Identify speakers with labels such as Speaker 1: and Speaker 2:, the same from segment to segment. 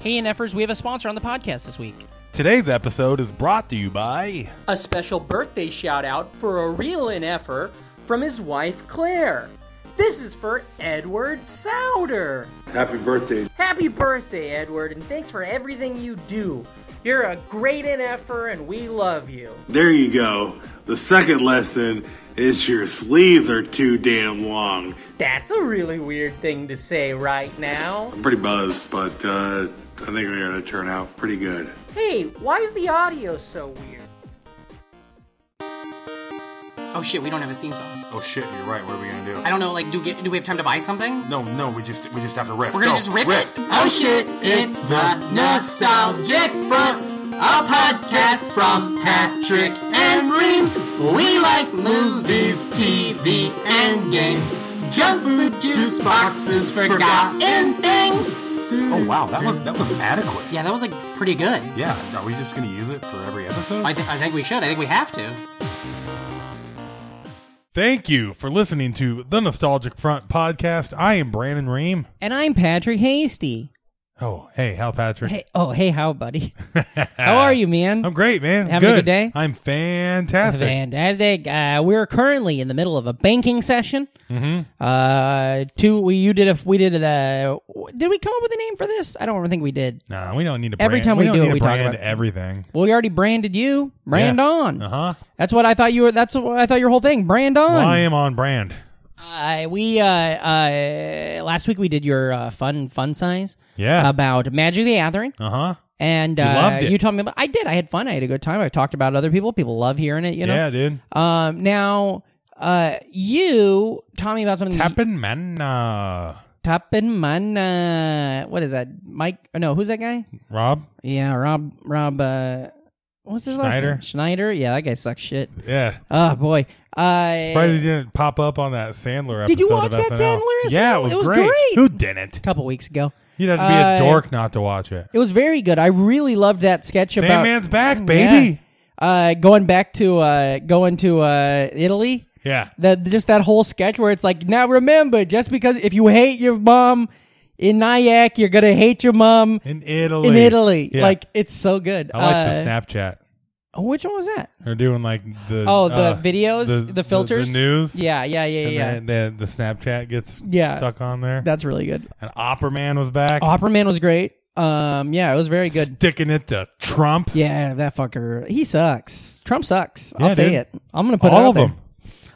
Speaker 1: Hey, NFers, we have a sponsor on the podcast this week.
Speaker 2: Today's episode is brought to you by
Speaker 3: A special birthday shout out for a real NFer from his wife Claire. This is for Edward Souter.
Speaker 4: Happy birthday.
Speaker 3: Happy birthday, Edward, and thanks for everything you do. You're a great NFer and we love you.
Speaker 4: There you go. The second lesson is your sleeves are too damn long.
Speaker 3: That's a really weird thing to say right now.
Speaker 4: I'm pretty buzzed, but uh, I think we're going to turn out pretty good.
Speaker 3: Hey, why is the audio so weird?
Speaker 5: Oh shit, we don't have a theme song.
Speaker 6: Oh shit, you're right. What are we gonna do?
Speaker 5: I don't know. Like, do get, do we have time to buy something?
Speaker 6: No, no, we just we just have to riff.
Speaker 5: We're gonna
Speaker 6: Go,
Speaker 5: just riff, it.
Speaker 6: Oh shit, it's the nostalgic front, a podcast from Patrick and Reem. We like movies, TV, and games, junk food, juice boxes, forgotten things. Oh wow, that was that was adequate.
Speaker 5: Yeah, that was like pretty good.
Speaker 6: Yeah, are we just gonna use it for every episode?
Speaker 5: I, th- I think we should. I think we have to.
Speaker 2: Thank you for listening to the Nostalgic Front podcast. I am Brandon Ream.
Speaker 1: And I'm Patrick Hasty.
Speaker 2: Oh, hey, Hal Patrick.
Speaker 1: Hey, oh, hey, how, buddy? how are you, man?
Speaker 2: I'm great, man.
Speaker 1: Having a
Speaker 2: good.
Speaker 1: good day?
Speaker 2: I'm fantastic.
Speaker 1: Fantastic. Uh, we're currently in the middle of a banking session. Mm-hmm. Uh, two. We you did a. We did a. Did we come up with a name for this? I don't think we did.
Speaker 2: nah, we don't need to. Brand.
Speaker 1: Every time we
Speaker 2: don't
Speaker 1: do
Speaker 2: need
Speaker 1: it,
Speaker 2: to
Speaker 1: we talk
Speaker 2: brand
Speaker 1: about-
Speaker 2: everything.
Speaker 1: Well, we already branded you. Brand
Speaker 2: Yeah.
Speaker 1: on.
Speaker 2: Uh huh.
Speaker 1: That's what I thought you were. That's what I thought your whole thing. Brand on.
Speaker 2: I am on brand.
Speaker 1: Uh, we uh, uh, last week we did your uh, fun fun size.
Speaker 2: Yeah.
Speaker 1: About Magic the Gathering.
Speaker 2: Uh huh.
Speaker 1: And uh,
Speaker 2: loved it.
Speaker 1: you told me about. I did. I had fun. I had a good time. I've talked about it to other people. People love hearing it. You know.
Speaker 2: Yeah, dude.
Speaker 1: Um. Now, uh, you taught me about something.
Speaker 2: Tapping man. Uh,
Speaker 1: Tappin Mana. uh, What is that? Mike? oh, No, who's that guy?
Speaker 2: Rob.
Speaker 1: Yeah, Rob. Rob. Uh, what's his last
Speaker 2: Schneider?
Speaker 1: name? Schneider. Yeah, that guy sucks shit.
Speaker 2: Yeah.
Speaker 1: Oh boy.
Speaker 2: Surprised
Speaker 1: Uh,
Speaker 2: he didn't pop up on that Sandler episode.
Speaker 1: Did you watch
Speaker 2: of
Speaker 1: that
Speaker 2: SNL.
Speaker 1: Sandler episode?
Speaker 2: Yeah, it was,
Speaker 1: It was
Speaker 2: great.
Speaker 1: great.
Speaker 2: Who didn't?
Speaker 1: a couple weeks ago,
Speaker 2: You'd have to be a
Speaker 1: Uh,
Speaker 2: dork not to watch it.
Speaker 1: it was very good. I really loved that sketch about
Speaker 2: Sandman's back, baby.
Speaker 1: Yeah. Uh, going back to uh, going to uh, Italy.
Speaker 2: Yeah.
Speaker 1: That just that whole sketch where it's like, now remember, just because if you hate your mom in Nyack, you're gonna hate your mom
Speaker 2: In Italy.
Speaker 1: in Italy.
Speaker 2: Yeah.
Speaker 1: Like it's so good.
Speaker 2: I like
Speaker 1: Uh,
Speaker 2: the Snapchat.
Speaker 1: Oh, Which one was that?
Speaker 2: They're doing like the
Speaker 1: Oh, the
Speaker 2: uh,
Speaker 1: videos, the, filters,
Speaker 2: the, news.
Speaker 1: Yeah, yeah, yeah,
Speaker 2: And
Speaker 1: yeah.
Speaker 2: then- then the Snapchat gets
Speaker 1: Yeah.
Speaker 2: stuck on there.
Speaker 1: That's really good.
Speaker 2: and Opera Man was back.
Speaker 1: Opperman was great. Um, yeah, it was very good.
Speaker 2: Sticking it to Trump.
Speaker 1: Yeah, that fucker. He sucks. Trump sucks. I'll
Speaker 2: Yeah,
Speaker 1: say
Speaker 2: dude.
Speaker 1: it. I'm gonna put it
Speaker 2: All
Speaker 1: out
Speaker 2: of
Speaker 1: there.
Speaker 2: them.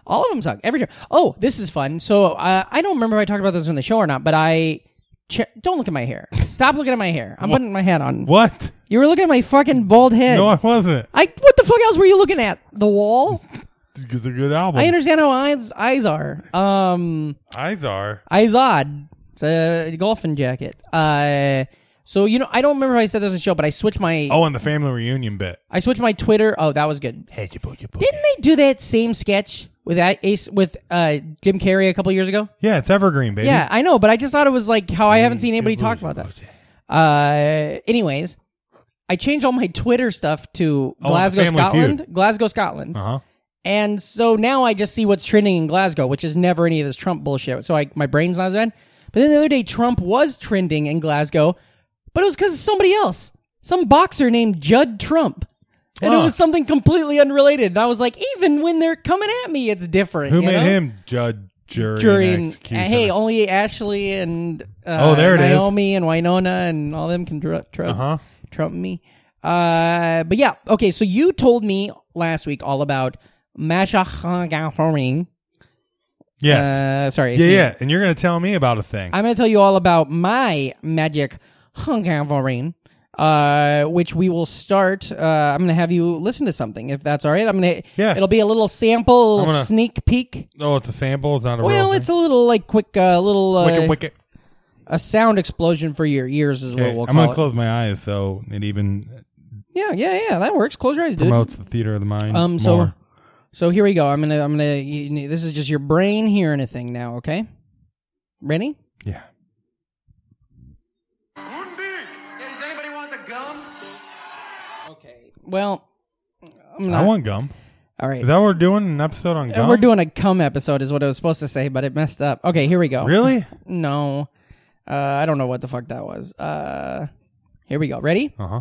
Speaker 1: All of them suck. Every show. Oh, this is fun. So uh, I don't remember if I talked about this on the show or not, but I che- don't look at my hair. Stop looking at my hair. I'm putting my hat on.
Speaker 2: What?
Speaker 1: You were looking at my fucking bald head.
Speaker 2: No, I wasn't.
Speaker 1: I what the fuck else were you looking at? The wall?
Speaker 2: It's a good album.
Speaker 1: I understand how eyes eyes are. Um,
Speaker 2: Eyes are.
Speaker 1: eyes odd. It's a golfing jacket. Uh, so you know I don't remember if I said this on the show, but I switched my
Speaker 2: Oh, and the family reunion bit.
Speaker 1: I switched my Twitter. Oh, that was good.
Speaker 2: Hey, you boy, you boy.
Speaker 1: Didn't they do that same sketch with that Ace with uh, Jim Carrey a couple years ago?
Speaker 2: Yeah, it's evergreen, baby.
Speaker 1: Yeah, I know, but I just thought it was like how I haven't seen anybody
Speaker 2: it
Speaker 1: talk
Speaker 2: was-
Speaker 1: about that. Uh, anyways, I changed all my Twitter stuff to
Speaker 2: Oh,
Speaker 1: Glasgow,
Speaker 2: the Family
Speaker 1: Scotland, Glasgow, Scotland,
Speaker 2: Uh huh.
Speaker 1: and so now I just see what's trending in Glasgow, which is never any of this Trump bullshit. So I my brain's not as bad. But then the other day, Trump was trending in Glasgow, but it was because of somebody else, some boxer named Judd Trump. And
Speaker 2: Huh.
Speaker 1: it was something completely unrelated. And I was like, even when they're coming at me, it's different.
Speaker 2: Who
Speaker 1: you
Speaker 2: made
Speaker 1: know?
Speaker 2: him judge, jury,
Speaker 1: jury
Speaker 2: and
Speaker 1: and- uh,
Speaker 2: executioner?
Speaker 1: hey only ashley and uh,
Speaker 2: Oh, there it is.
Speaker 1: naomi and winona and all them can dr- tr-
Speaker 2: Uh-huh.
Speaker 1: trump me uh but yeah okay so you told me last week all about masha Gafarin.
Speaker 2: yes.
Speaker 1: uh sorry
Speaker 2: yeah,
Speaker 1: Steve.
Speaker 2: yeah. And you're gonna tell me about a thing.
Speaker 1: i'm gonna tell you all about my magic Gafarin, uh which we will start uh i'm gonna have you listen to something if that's all right i'm gonna
Speaker 2: Yeah.
Speaker 1: it'll be a little sample a little
Speaker 2: I'm gonna-
Speaker 1: sneak peek
Speaker 2: oh, it's a sample. It's not a real.
Speaker 1: well,
Speaker 2: thing?
Speaker 1: it's a little like quick, uh, little uh,
Speaker 2: wicked, wicked.
Speaker 1: a sound explosion for your ears is
Speaker 2: Okay,
Speaker 1: what we'll call
Speaker 2: I'm gonna
Speaker 1: it.
Speaker 2: close my eyes so it even
Speaker 1: yeah, yeah, yeah. That works. Close your eyes, dude.
Speaker 2: promotes the theater of the mind.
Speaker 1: um, so
Speaker 2: more.
Speaker 1: so here we go. I'm gonna I'm gonna. You, this is just your brain hearing a thing now. Okay, ready?
Speaker 2: yeah.
Speaker 7: Does anybody want the gum?
Speaker 1: Okay. Well, I'm not.
Speaker 2: I want gum.
Speaker 1: all right.
Speaker 2: Is that what we're doing? An episode on
Speaker 1: Uh,
Speaker 2: gum?
Speaker 1: We're doing a cum episode, is what I was supposed to say, but it messed up. Okay, here we go.
Speaker 2: really?
Speaker 1: No, uh, I don't know what the fuck that was. Uh, Here we go. Ready?
Speaker 2: Uh huh.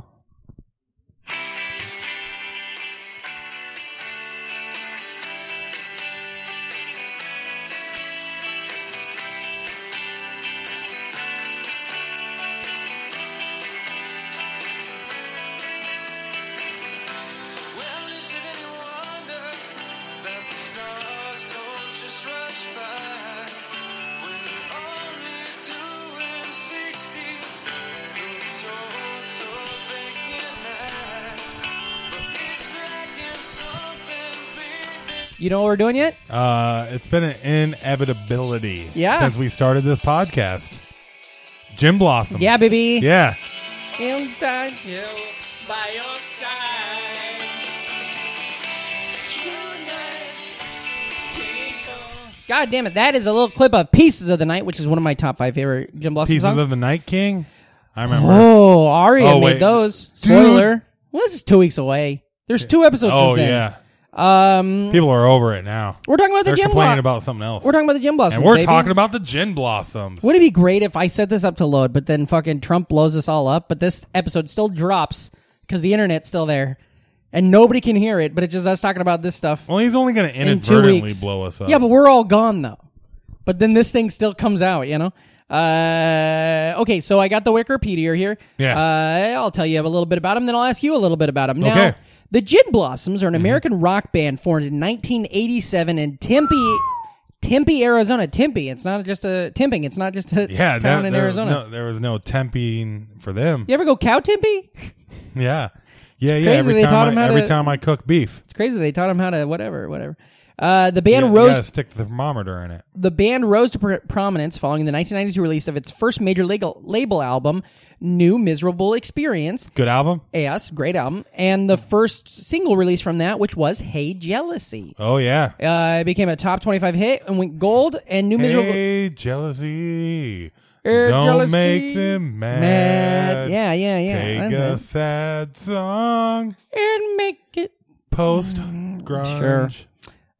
Speaker 7: Well, is it any wonder that the stars don't just rush by when you're only doing 60 in so, so vacant night? But it's lacking something big.
Speaker 1: You know what we're doing yet?
Speaker 2: Uh, it's been an inevitability
Speaker 1: Yeah.
Speaker 2: since we started this podcast. Jim Blossom.
Speaker 1: Yeah, baby.
Speaker 2: Yeah.
Speaker 1: Inside Joe.
Speaker 7: by your side. Tonight, take on.
Speaker 1: God damn it! That is a little clip of "Pieces of the Night," which is one of my top five favorite Jim Blossom
Speaker 2: Pieces
Speaker 1: songs.
Speaker 2: of the Night King. I remember.
Speaker 1: oh, Aria
Speaker 2: Oh,
Speaker 1: made
Speaker 2: wait.
Speaker 1: those.
Speaker 2: Dude.
Speaker 1: Spoiler. Well, this is two weeks away. There's two episodes.
Speaker 2: Oh,
Speaker 1: since then.
Speaker 2: yeah.
Speaker 1: Um,
Speaker 2: People are over it now.
Speaker 1: we're talking about
Speaker 2: They're
Speaker 1: the Jim Blossom.
Speaker 2: complaining about something else.
Speaker 1: we're talking about the Jim Blossom.
Speaker 2: and we're talking about the Gin Blossoms.
Speaker 1: Would it be great if I set this up to load, but then fucking Trump blows us all up, but this episode still drops because the internet's still there and nobody can hear it, but it's just us talking about this stuff
Speaker 2: well, he's only going to
Speaker 1: in two
Speaker 2: inadvertently
Speaker 1: weeks.
Speaker 2: blow us up.
Speaker 1: Yeah, but we're all gone though. But then this thing still comes out, you know. Uh, okay, so I got the Wikipedia here.
Speaker 2: Yeah.
Speaker 1: uh, I'll tell you a little bit about him, then I'll ask you a little bit about him. Now,
Speaker 2: Okay. Mm-hmm.
Speaker 1: the Gin Blossoms are an American rock band formed in 1987 in Tempe, Tempe, Arizona. Tempe. It's not just a Temping. It's not just a
Speaker 2: yeah, that-
Speaker 1: town in
Speaker 2: there,
Speaker 1: Arizona.
Speaker 2: no- there was no temping for them.
Speaker 1: You ever go cow Tempe?
Speaker 2: Yeah. Yeah, yeah.
Speaker 1: crazy
Speaker 2: Every,
Speaker 1: they taught
Speaker 2: time
Speaker 1: him
Speaker 2: I,
Speaker 1: how
Speaker 2: every
Speaker 1: to-
Speaker 2: time I cook beef,
Speaker 1: It's crazy. They taught him how to whatever, whatever. Uh, the band
Speaker 2: you,
Speaker 1: rose.
Speaker 2: you gotta stick the thermometer in it.
Speaker 1: the band rose to pr- prominence following the 1992 release of its first major legal- label album, New Miserable Experience.
Speaker 2: Good album?
Speaker 1: Yes, great album. And the first single released from that, which was Hey Jealousy.
Speaker 2: Oh, yeah.
Speaker 1: Uh, it became a top 25 hit and went gold, and New Miserable.
Speaker 2: Hey, jealousy.
Speaker 1: Er,
Speaker 2: Don't
Speaker 1: jealousy.
Speaker 2: make them mad.
Speaker 1: Mad. Yeah, yeah, yeah.
Speaker 2: Take a
Speaker 1: That's
Speaker 2: sad song.
Speaker 1: it. And make it.
Speaker 2: Post grunge.
Speaker 1: Mm, sure.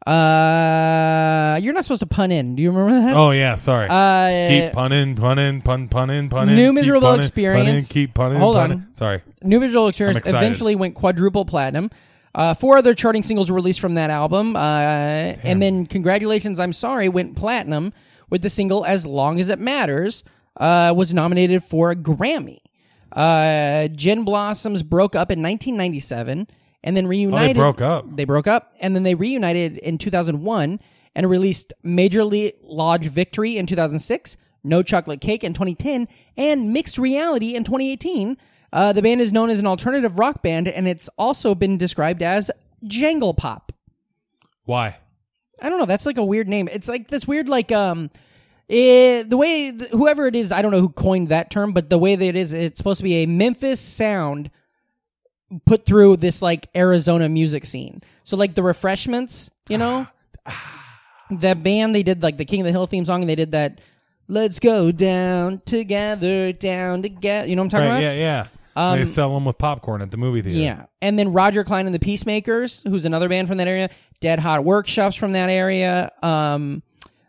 Speaker 1: Uh, you're not supposed to pun in. Do you remember that?
Speaker 2: Oh, yeah. Sorry.
Speaker 1: Uh,
Speaker 2: keep punning, punning, pun, punning, punning.
Speaker 1: New
Speaker 2: keep
Speaker 1: miserable
Speaker 2: punning,
Speaker 1: experience.
Speaker 2: punning, keep punning.
Speaker 1: Hold
Speaker 2: punning.
Speaker 1: on.
Speaker 2: Sorry.
Speaker 1: New Visual Experience
Speaker 2: I'm excited.
Speaker 1: eventually went quadruple platinum. Uh, four other charting singles were released from that album, uh, and then "Congratulations, I'm Sorry" went platinum with the single "As Long as It Matters." Uh, was nominated for a Grammy. Uh, Gin Blossoms broke up in 1997, and then reunited.
Speaker 2: broke up.
Speaker 1: They broke up, and then they reunited in 2001 and released Major League Lodge Victory in 2006, No Chocolate Cake in 2010, and Mixed Reality in 2018. Uh, the band is known as an alternative rock band, and it's also been described as jangle pop.
Speaker 2: Why?
Speaker 1: I don't know. That's like a weird name. It's like this weird like um. eh, the way th- whoever it is, I don't know who coined that term, but the way that it is, it's supposed to be a Memphis sound put through this like Arizona music scene. So like the Refreshments, you know, that band they did like the King of the Hill theme song, and they did that. Let's go down together, down together. You know what I'm talking
Speaker 2: Right,
Speaker 1: about?
Speaker 2: yeah, yeah. they sell them with popcorn at the movie theater.
Speaker 1: Um, Yeah. And then Roger Klein and the Peacemakers, who's another band from that area, Dead Hot Workshops from that area, um,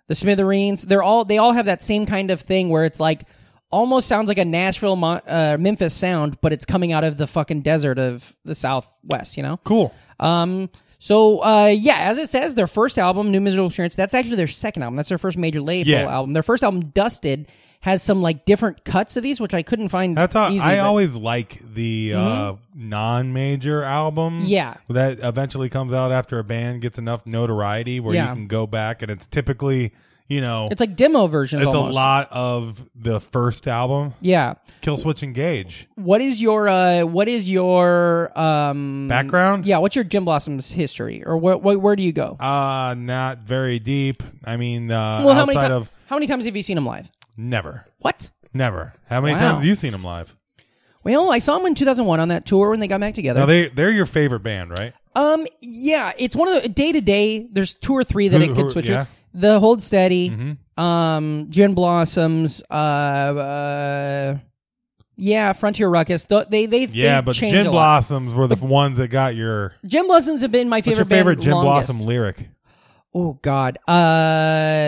Speaker 1: the Smithereens, they're all they all have that same kind of thing where it's like almost sounds like a Nashville Mo- uh, Memphis sound, but it's coming out of the fucking desert of the Southwest, you know?
Speaker 2: Cool.
Speaker 1: Um, so uh, yeah, as it says, their first album, New Miserable Appearance, that's actually their second album. That's their first major label
Speaker 2: Yeah.
Speaker 1: album. Their first album, Dusted, has some like different cuts of these, which I couldn't find.
Speaker 2: That's how
Speaker 1: easy,
Speaker 2: I
Speaker 1: but- Mm-hmm.
Speaker 2: always like the uh, non-major album.
Speaker 1: Yeah.
Speaker 2: that eventually comes out after a band gets enough notoriety where
Speaker 1: Yeah.
Speaker 2: you can go back and it's typically you know
Speaker 1: It's like demo versions.
Speaker 2: it's a
Speaker 1: almost.
Speaker 2: lot of the first album,
Speaker 1: Yeah.
Speaker 2: Kill Switch Engage.
Speaker 1: What is your uh what is your um
Speaker 2: Background?
Speaker 1: Yeah, what's your Jim Blossom's history or what wh- where do you go?
Speaker 2: Uh not very deep. I mean, uh,
Speaker 1: well, how
Speaker 2: outside
Speaker 1: many ti-
Speaker 2: of
Speaker 1: how many times have you seen him live?
Speaker 2: never,
Speaker 1: What?
Speaker 2: never. How many
Speaker 1: Wow.
Speaker 2: times have you seen them live?
Speaker 1: Well, I saw him in 2001 on that tour when they got back together.
Speaker 2: Now they they're your favorite band, right?
Speaker 1: um yeah, it's one of the day to day there's two or three that
Speaker 2: Who-
Speaker 1: it could
Speaker 2: who-
Speaker 1: switch
Speaker 2: yeah. Mm-hmm.
Speaker 1: with. The Hold Steady, um Gin Blossoms, uh, uh yeah, Frontier Ruckus. Th they they
Speaker 2: Yeah,
Speaker 1: they
Speaker 2: but
Speaker 1: change
Speaker 2: Gin
Speaker 1: a lot.
Speaker 2: Blossoms were the ones that got your.
Speaker 1: Jim Blossoms have been my
Speaker 2: What's
Speaker 1: favorite
Speaker 2: your favorite
Speaker 1: band
Speaker 2: Gin
Speaker 1: longest.
Speaker 2: Blossom lyric?
Speaker 1: Oh God, uh,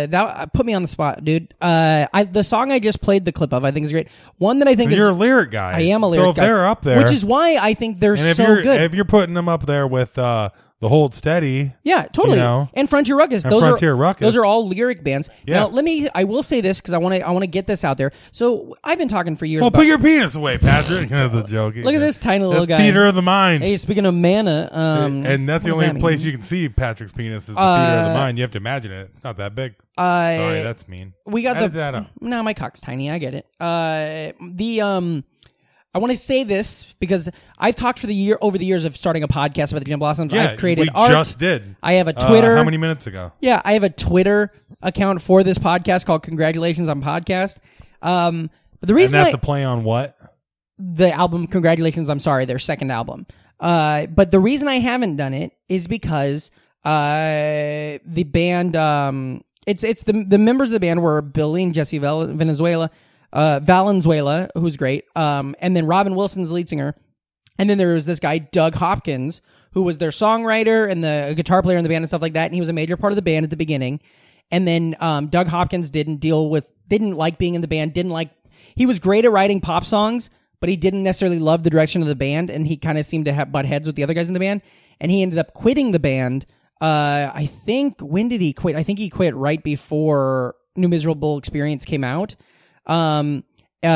Speaker 1: that uh, put me on the spot, dude. Uh, I the song I just played the clip of, I think is great. One that I think is,
Speaker 2: You're a lyric guy.
Speaker 1: I am a
Speaker 2: So
Speaker 1: lyric
Speaker 2: if
Speaker 1: guy,
Speaker 2: they're up there,
Speaker 1: which is why I think they're
Speaker 2: and if
Speaker 1: so
Speaker 2: you're
Speaker 1: good.
Speaker 2: if you're putting them up there with uh, the hold steady,
Speaker 1: Yeah, totally.
Speaker 2: You know?
Speaker 1: and Frontier Ruckus.
Speaker 2: And
Speaker 1: those
Speaker 2: Frontier
Speaker 1: are,
Speaker 2: Ruckus.
Speaker 1: Those are all lyric bands.
Speaker 2: Yeah.
Speaker 1: Now let me. I will say this because I want to. I want to get this out there. So I've been talking for years.
Speaker 2: well,
Speaker 1: about,
Speaker 2: put your penis away, Patrick. That's a joke.
Speaker 1: Look at this tiny little
Speaker 2: The
Speaker 1: guy.
Speaker 2: Theater of the mind.
Speaker 1: Hey, speaking of mana, um,
Speaker 2: and that's the
Speaker 1: what does that
Speaker 2: only place
Speaker 1: mean? Uh,
Speaker 2: you can see Patrick's penis is the theater of the mind. You have to imagine it. It's not that big.
Speaker 1: I-
Speaker 2: Sorry, that's mean.
Speaker 1: we got
Speaker 2: Edit
Speaker 1: the
Speaker 2: that out.
Speaker 1: No, my cock's tiny. I get it. Uh, the um, I want to say this because I've talked for the year over the years of starting a podcast about the Jim Blossoms.
Speaker 2: Yeah,
Speaker 1: I've created
Speaker 2: we
Speaker 1: art.
Speaker 2: just did.
Speaker 1: I have a
Speaker 2: Uh,
Speaker 1: Twitter.
Speaker 2: how many minutes ago?
Speaker 1: Yeah, I have a Twitter account for this podcast called Congratulations on Podcast. Um, but the
Speaker 2: And
Speaker 1: reason
Speaker 2: that's
Speaker 1: I-
Speaker 2: a play on what?
Speaker 1: the album Congratulations, I'm sorry, their second album. Uh, but the reason I haven't done it is because uh, the band um, it's it's the the members of the band were Billy and Jesse Val- Venezuela, uh, Valenzuela, who's great, um, and then Robin Wilson's the lead singer. And then there was this guy, Doug Hopkins, who was their songwriter and the guitar player in the band and stuff like that. And he was a major part of the band at the beginning. And then um, Doug Hopkins didn't deal with, didn't like being in the band, didn't like, he was great at writing pop songs, but he didn't necessarily love the direction of the band. And he kind of seemed to have butt heads with the other guys in the band. And he ended up quitting the band. Uh, I think, when did he quit? I think he quit right before New Miserable Experience came out. Um, uh,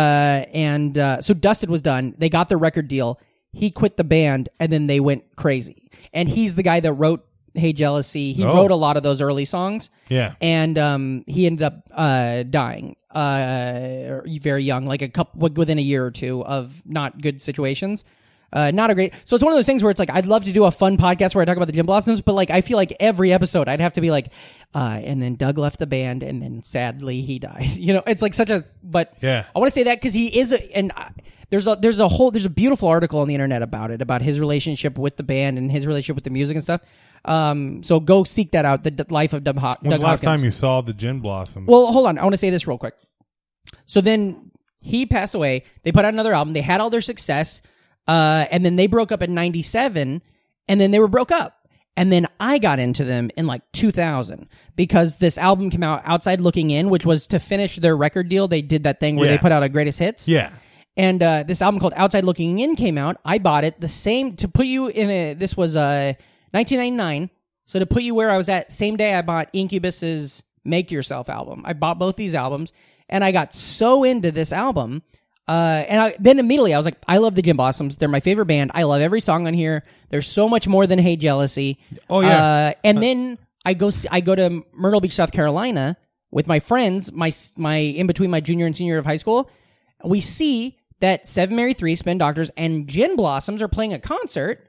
Speaker 1: and uh, so Dusted was done. They got their record deal. He quit the band, and then they went crazy. And he's the guy that wrote "Hey Jealousy." He
Speaker 2: Oh.
Speaker 1: wrote a lot of those early songs.
Speaker 2: Yeah.
Speaker 1: and um, he ended up uh, dying uh, very young, like a couple within a year or two of not good situations. Uh, not a great. So it's one of those things where it's like I'd love to do a fun podcast where I talk about the Jim Blossoms, but like I feel like every episode I'd have to be like, uh, and then Doug left the band, and then sadly he died. You know, it's like such a. But
Speaker 2: Yeah.
Speaker 1: I want to say that because he is a, and I, there's a there's a whole there's a beautiful article on the internet about it about his relationship with the band and his relationship with the music and stuff. Um, so go seek that out. The D- life of Doug, Ho-
Speaker 2: When's
Speaker 1: Doug
Speaker 2: the last
Speaker 1: Hopkins.
Speaker 2: time you saw the gin blossoms?
Speaker 1: Well, hold on. I want to say this real quick. So then he passed away. They put out another album. They had all their success. Uh, and then they broke up in 97. And then they were broke up. And then I got into them in like 2000 because this album came out outside looking in, which was to finish their record deal. They did that thing where they
Speaker 2: Yeah.
Speaker 1: put out a greatest hits.
Speaker 2: yeah.
Speaker 1: And uh, this album called Outside Looking In came out. I bought it the same to put you in a. This was uh, 1999. So to put you where I was at, same day I bought Incubus's Make Yourself album. I bought both these albums, and I got so into this album. Uh, and I, then immediately I was like, I love the Jim Blossoms. They're my favorite band. I love every song on here. There's so much more than Hey Jealousy.
Speaker 2: Oh, yeah.
Speaker 1: Uh, and then I go s- I go to Myrtle Beach, South Carolina, with my friends. My s- my in between my junior and senior year of high school, we see that Seven Mary Three, Spin Doctors, and Gin Blossoms are playing a concert,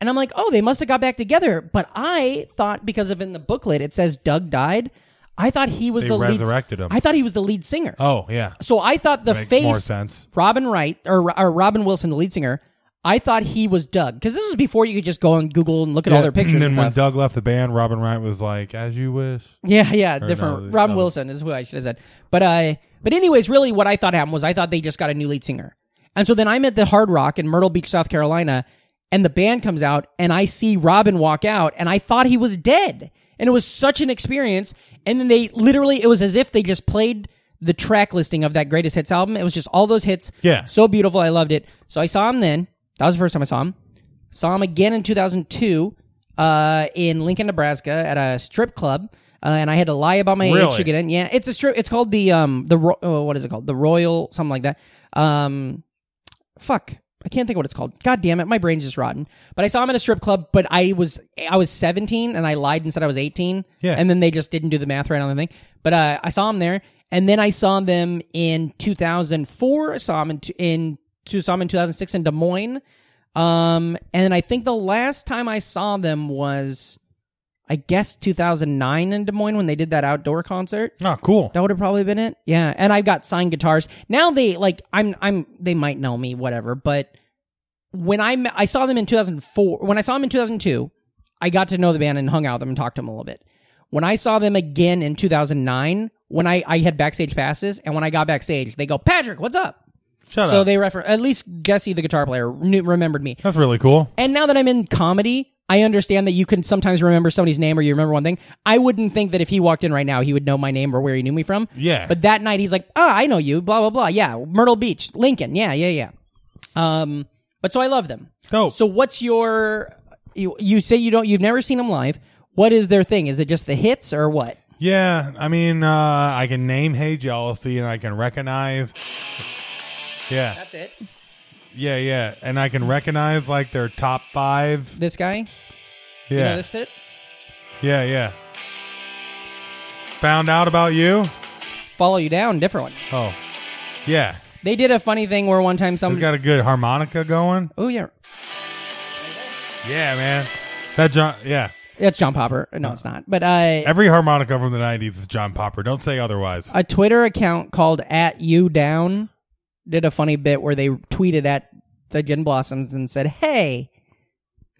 Speaker 1: and I'm like, oh, they must have got back together. But I thought because of in the booklet it says Doug died, I thought he was
Speaker 2: They
Speaker 1: the
Speaker 2: resurrected
Speaker 1: lead,
Speaker 2: him.
Speaker 1: I thought he was the lead singer.
Speaker 2: Oh yeah.
Speaker 1: So I thought the
Speaker 2: Makes
Speaker 1: face
Speaker 2: more sense.
Speaker 1: Robin Wright or, or Robin Wilson, the lead singer. I thought he was Doug because this was before you could just go on Google and look at all their pictures.
Speaker 2: And then
Speaker 1: and
Speaker 2: when
Speaker 1: stuff.
Speaker 2: Doug left the band, Robin Wright was like, "As you wish."
Speaker 1: Yeah, yeah, different.
Speaker 2: no, the
Speaker 1: Rob
Speaker 2: other-
Speaker 1: Wilson is who I should have said. But uh, but anyways, really, what I thought happened was I thought they just got a new lead singer, and so then I'm at the Hard Rock in Myrtle Beach, South Carolina, and the band comes out, and I see Robin walk out, and I thought he was dead, and it was such an experience. And then they literally, it was as if they just played the track listing of that greatest hits album. It was just all those hits.
Speaker 2: Yeah.
Speaker 1: so beautiful. I loved it. So I saw him then. That was the first time I saw him. Saw him again in 2002 uh, in Lincoln, Nebraska, at a strip club, uh, and I had to lie about my age
Speaker 2: Really?
Speaker 1: to get in. Yeah, it's a strip. It's called the um the Ro- oh, what is it called? The Royal something like that. Um, fuck, I can't think of what it's called. God damn it, my brain's just rotten. But I saw him at a strip club, but I was I was 17 and I lied and said I was 18.
Speaker 2: Yeah.
Speaker 1: and then they just didn't do the math right on the thing. But uh, I saw him there, and then I saw them in 2004. I saw him in t- in two saw him in 2006 in Des Moines. Um, and I think the last time I saw them was, I guess, 2009 in Des Moines when they did that outdoor concert.
Speaker 2: Oh, cool.
Speaker 1: That would have probably been it. Yeah, and I've got signed guitars. Now they like I'm I'm they might know me whatever, but when I met, I saw them in 2004, when I saw them in 2002, I got to know the band and hung out with them and talked to them a little bit. When I saw them again in 2009, when I I had backstage passes and when I got backstage, they go, "Patrick, what's up?"
Speaker 2: Shut
Speaker 1: so
Speaker 2: up.
Speaker 1: they refer at least Jesse the guitar player knew, remembered me.
Speaker 2: That's really cool.
Speaker 1: And now that I'm in comedy, I understand that you can sometimes remember somebody's name or you remember one thing. I wouldn't think that if he walked in right now, he would know my name or where he knew me from.
Speaker 2: Yeah.
Speaker 1: But that night, he's like, "Oh, I know you." Blah blah blah. Yeah, Myrtle Beach, Lincoln. Yeah, yeah, yeah. Um, but so I love them.
Speaker 2: Dope.
Speaker 1: So what's your? You, you say you don't. You've never seen them live. What is their thing? Is it just the hits or what?
Speaker 2: Yeah, I mean, uh, I can name Hey Jealousy and I can recognize. Yeah,
Speaker 1: That's it.
Speaker 2: yeah, yeah. And I can recognize like their top five.
Speaker 1: This guy. You
Speaker 2: Yeah,
Speaker 1: know this hit.
Speaker 2: yeah, yeah. Found out about you?
Speaker 1: Follow you down. Different one.
Speaker 2: Oh, yeah.
Speaker 1: They did a funny thing where one time
Speaker 2: He's
Speaker 1: somebody.
Speaker 2: got a good harmonica going.
Speaker 1: oh yeah.
Speaker 2: Yeah, man. That John, yeah.
Speaker 1: That's John Popper. No, it's not. But uh,
Speaker 2: Every harmonica from the 90s is John Popper. Don't say otherwise.
Speaker 1: a Twitter account called at you down did a funny bit where they tweeted at the Gin Blossoms and said, "Hey,"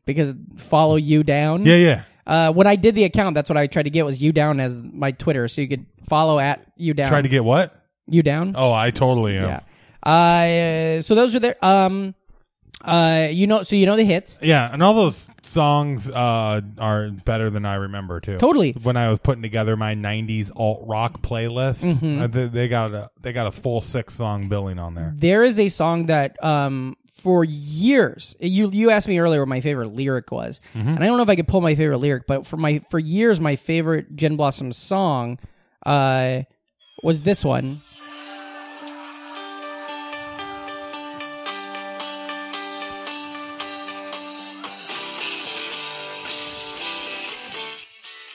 Speaker 1: because follow you down.
Speaker 2: Yeah, yeah.
Speaker 1: Uh, when I did the account, that's what I tried to get was you down as my Twitter, so you could follow at you down.
Speaker 2: Try to get what?
Speaker 1: you down.
Speaker 2: Oh, I totally am.
Speaker 1: Oh. yeah. Uh, so those are their um, uh, you know, so you know the hits.
Speaker 2: Yeah, and all those songs uh, are better than I remember too.
Speaker 1: Totally.
Speaker 2: When I was putting together my '90s alt rock playlist,
Speaker 1: Mm-hmm.
Speaker 2: uh, they, they got a they got a full six song billing on there.
Speaker 1: there is a song that um for years you you asked me earlier what my favorite lyric was and i don't know if i could pull my favorite lyric but for my for years my favorite gin blossom song uh was this one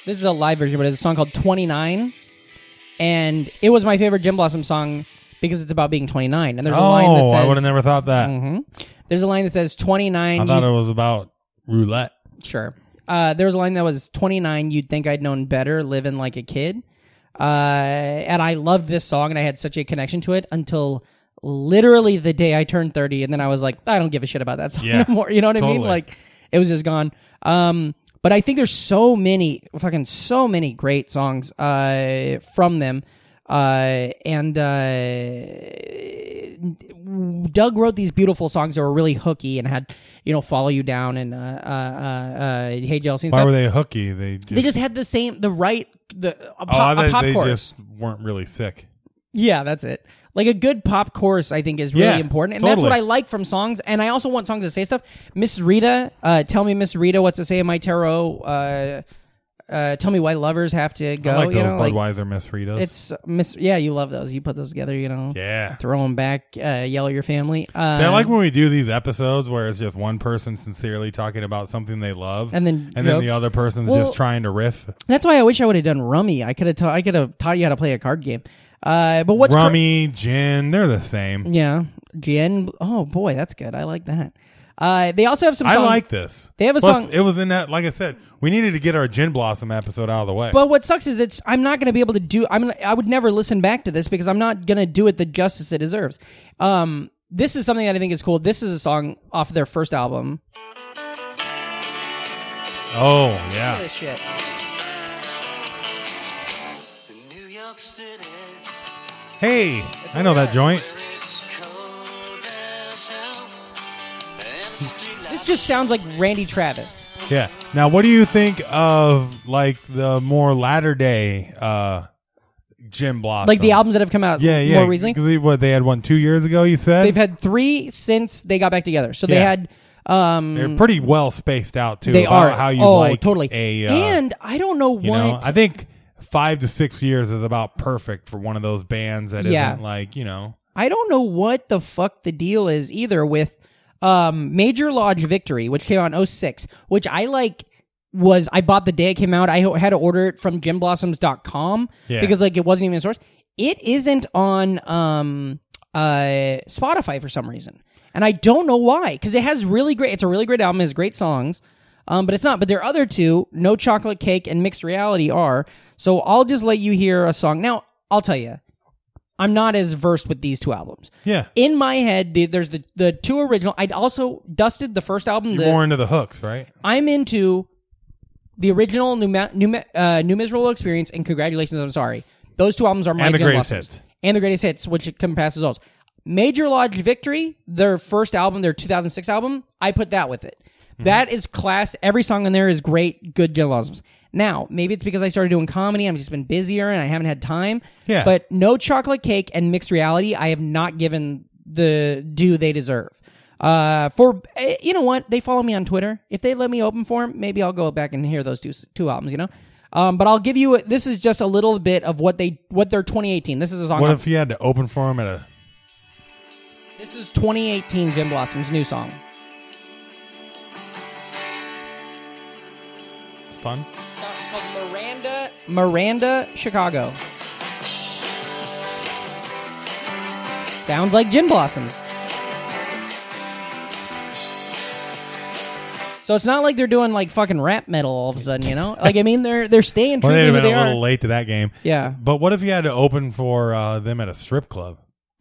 Speaker 1: This is a live version, but it's a song called 29. And it was my favorite Jim Blossom song because it's about being 29. And there's a line that says,
Speaker 2: Oh,
Speaker 1: Mm-hmm.
Speaker 2: I would have never thought that.
Speaker 1: There's a line that says 29.
Speaker 2: I
Speaker 1: you-
Speaker 2: thought it was about roulette.
Speaker 1: Sure. Uh, there was a line that was 29, you'd think I'd known better living like a kid. Uh, and I loved this song and I had such a connection to it until literally the day I turned 30. And then I was like, I don't give a shit about that song
Speaker 2: Yeah.
Speaker 1: anymore. You know what I mean?
Speaker 2: Totally.
Speaker 1: Like, it was just gone. Um, but I think there's so many, fucking so many great songs uh, from them. Uh, and uh, Doug wrote these beautiful songs that were really hooky and had, you know, follow you down and uh, uh, uh, uh, hey jealousy. And
Speaker 2: Why
Speaker 1: stuff.
Speaker 2: were they hooky? They just,
Speaker 1: They just had the same, the right, the a
Speaker 2: oh, I
Speaker 1: pop, a
Speaker 2: thought
Speaker 1: pop
Speaker 2: they
Speaker 1: chorus.
Speaker 2: just weren't really sick.
Speaker 1: Yeah, that's it. Like a good pop chorus, I think, is really
Speaker 2: Yeah,
Speaker 1: important, and that's
Speaker 2: totally.
Speaker 1: what I like from songs. And I also want songs to say stuff. Miss Rita, uh, tell me, Miss Rita, what's to say in my tarot? Uh, uh, tell me why lovers have to go.
Speaker 2: I like
Speaker 1: you
Speaker 2: those
Speaker 1: know, like,
Speaker 2: Budweiser misreados.
Speaker 1: it's Miss. Yeah, you love those. You put those together. You know.
Speaker 2: yeah.
Speaker 1: Throw them back. Uh, yell at your family. Uh,
Speaker 2: See, I like when we do these episodes where it's just one person sincerely talking about something they love,
Speaker 1: And then
Speaker 2: and then the
Speaker 1: jokes.
Speaker 2: other person's
Speaker 1: Well-
Speaker 2: just trying to riff.
Speaker 1: That's why I wish I would have done Rummy. I could have. Ta- I could have taught you how to play a card game. Uh, but what's cra-
Speaker 2: Rummy, gin, they're the same.
Speaker 1: yeah, Jen. Oh boy, that's good. I like that. Uh, they also have some.
Speaker 2: I
Speaker 1: songs-
Speaker 2: like this.
Speaker 1: They have a
Speaker 2: Plus,
Speaker 1: song-
Speaker 2: It was in that. Like I said, we needed to get our Gin Blossom episode out of the way.
Speaker 1: But what sucks is it's I'm not going to be able to do I'm I would never listen back to this because I'm not going to do it the justice it deserves. Um this is something that I think is cool. This is a song off of their first album.
Speaker 2: oh
Speaker 1: Look at
Speaker 2: yeah,
Speaker 1: this shit.
Speaker 7: New York City,
Speaker 2: hey, I know that joint.
Speaker 7: it's cold as hell. And the streetlights
Speaker 1: This just sounds like Randy Travis.
Speaker 2: Yeah. Now, what do you think of like the more latter day uh, Gin Blossom?
Speaker 1: Like the albums that have come out
Speaker 2: Yeah, yeah.
Speaker 1: more recently.
Speaker 2: They- What they had one two years ago? You said
Speaker 1: They've had 3 since they got back together. So they
Speaker 2: Yeah.
Speaker 1: had um
Speaker 2: they're pretty well spaced out too.
Speaker 1: they
Speaker 2: about
Speaker 1: are
Speaker 2: how you
Speaker 1: oh,
Speaker 2: like
Speaker 1: totally.
Speaker 2: a uh,
Speaker 1: and I don't know
Speaker 2: you
Speaker 1: what
Speaker 2: know. I think five to six years is about perfect for one of those bands that
Speaker 1: Yeah.
Speaker 2: not like you know.
Speaker 1: I don't know what the fuck the deal is either with um Major Lodge Victory, which came out in 06, which I like was I bought the day it came out. I ho- had to order it from gymblossoms.com
Speaker 2: Yeah.
Speaker 1: because like it wasn't even in stores. It isn't on um uh Spotify for some reason. And I don't know why cuz it has really great it's a really great album, it has great songs. Um, but it's not. But their other two, No Chocolate Cake and Mixed Reality, are. So I'll just let you hear a song. Now, I'll tell you, I'm not as versed with these two albums.
Speaker 2: Yeah.
Speaker 1: In my head, the, there's the the two original. I also dusted the first album. The,
Speaker 2: More into the hooks, right?
Speaker 1: I'm into the original New, Ma- New, Ma- uh, New Miserable Experience and Congratulations, I'm Sorry. Those two albums are my
Speaker 2: And the
Speaker 1: Gin
Speaker 2: greatest
Speaker 1: Blossoms.
Speaker 2: hits.
Speaker 1: And the greatest hits, which encompasses those. Major Lodge Victory, their first album, their 2006 album, I put that with it.
Speaker 2: Mm-hmm.
Speaker 1: That is class. Every song in there is great, good Jelosms. Now, maybe it's because I started doing comedy. I've just been busier and I haven't had time.
Speaker 2: Yeah.
Speaker 1: But no chocolate cake and mixed reality. I have not given the due they deserve. Uh, for eh, you know what? They follow me on Twitter. If they let me open for 'em, maybe I'll go back and hear those two two albums. You know. Um, but I'll give you. This is just a little bit of what they what they're 2018. This is a song.
Speaker 2: What
Speaker 1: off-
Speaker 2: if you had to open for him at a?
Speaker 1: this is 2018 Jim Blossom's new song.
Speaker 2: It's fun.
Speaker 1: Miranda, Miranda, Chicago. Sounds like gin blossoms. So it's not like they're doing like fucking rap metal all of a sudden, you know? Like I mean, they're they're staying true
Speaker 2: Well, they'd
Speaker 1: to
Speaker 2: have
Speaker 1: who
Speaker 2: been
Speaker 1: they
Speaker 2: a
Speaker 1: are.
Speaker 2: little late to that game.
Speaker 1: Yeah.
Speaker 2: But what if you had to open for uh, them at a strip club?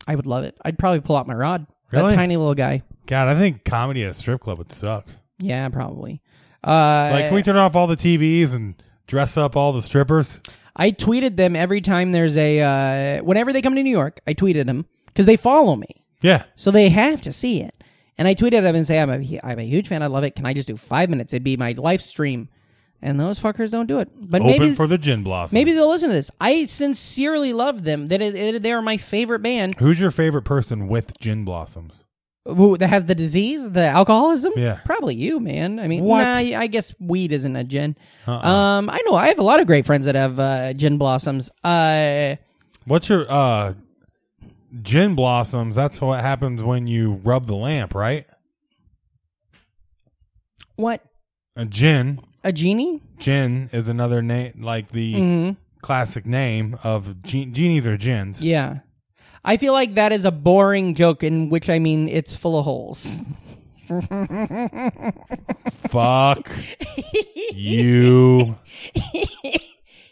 Speaker 1: I would love it. I'd probably pull out my rod.
Speaker 2: Really?
Speaker 1: That tiny little guy.
Speaker 2: God, I think comedy at a strip club would suck.
Speaker 1: Yeah, probably. Uh,
Speaker 2: Like, can we turn off all the TVs and dress up all the strippers?
Speaker 1: I tweeted them every time there's a uh, whenever they come to New York. I tweeted them because they follow me.
Speaker 2: Yeah.
Speaker 1: So they have to see it. And I tweeted them and say, I'm a, I'm a huge fan. I love it. Can I just do five minutes? It'd be my live stream. And those fuckers don't do it. But
Speaker 2: Open
Speaker 1: maybe
Speaker 2: for the gin blossom.
Speaker 1: maybe they'll listen to this. I sincerely love them. That it, it- they are my favorite band.
Speaker 2: Who's your favorite person with gin blossoms?
Speaker 1: Who that has the disease, the alcoholism?
Speaker 2: Yeah.
Speaker 1: probably you, man. I mean,
Speaker 2: What? Uh-uh.
Speaker 1: nah, I guess weed isn't a gin. Um, I know I have a lot of great friends that have uh, gin blossoms. Uh,
Speaker 2: What's your uh gin blossoms? That's what happens when you rub the lamp, right?
Speaker 1: what
Speaker 2: A gin,
Speaker 1: a genie?
Speaker 2: gin is another name, like the classic name of ge- genies or gins.
Speaker 1: Yeah. I feel like that is a boring joke, in which I mean it's full of holes.
Speaker 2: Fuck you,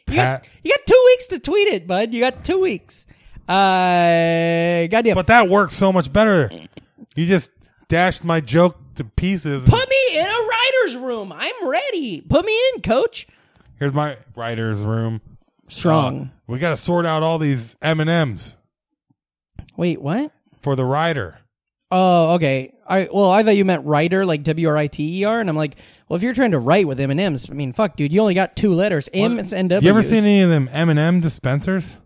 Speaker 2: Pat.
Speaker 1: You got two weeks to tweet it, bud. You got two weeks. Uh, goddamn.
Speaker 2: But that works so much better. You just dashed my joke to pieces.
Speaker 1: Put me in a writer's room. I'm ready. Put me in, coach.
Speaker 2: Here's my writer's room.
Speaker 1: Strong.
Speaker 2: We got to sort out all these M and M's
Speaker 1: Wait, what?
Speaker 2: for the writer.
Speaker 1: Oh, okay. I well, I thought you meant writer, like W R I T E R, and I'm like, well, if you're trying to write with M and M's, I mean, fuck, dude, you only got two letters, M's and W's.
Speaker 2: You ever seen any of them M and M dispensers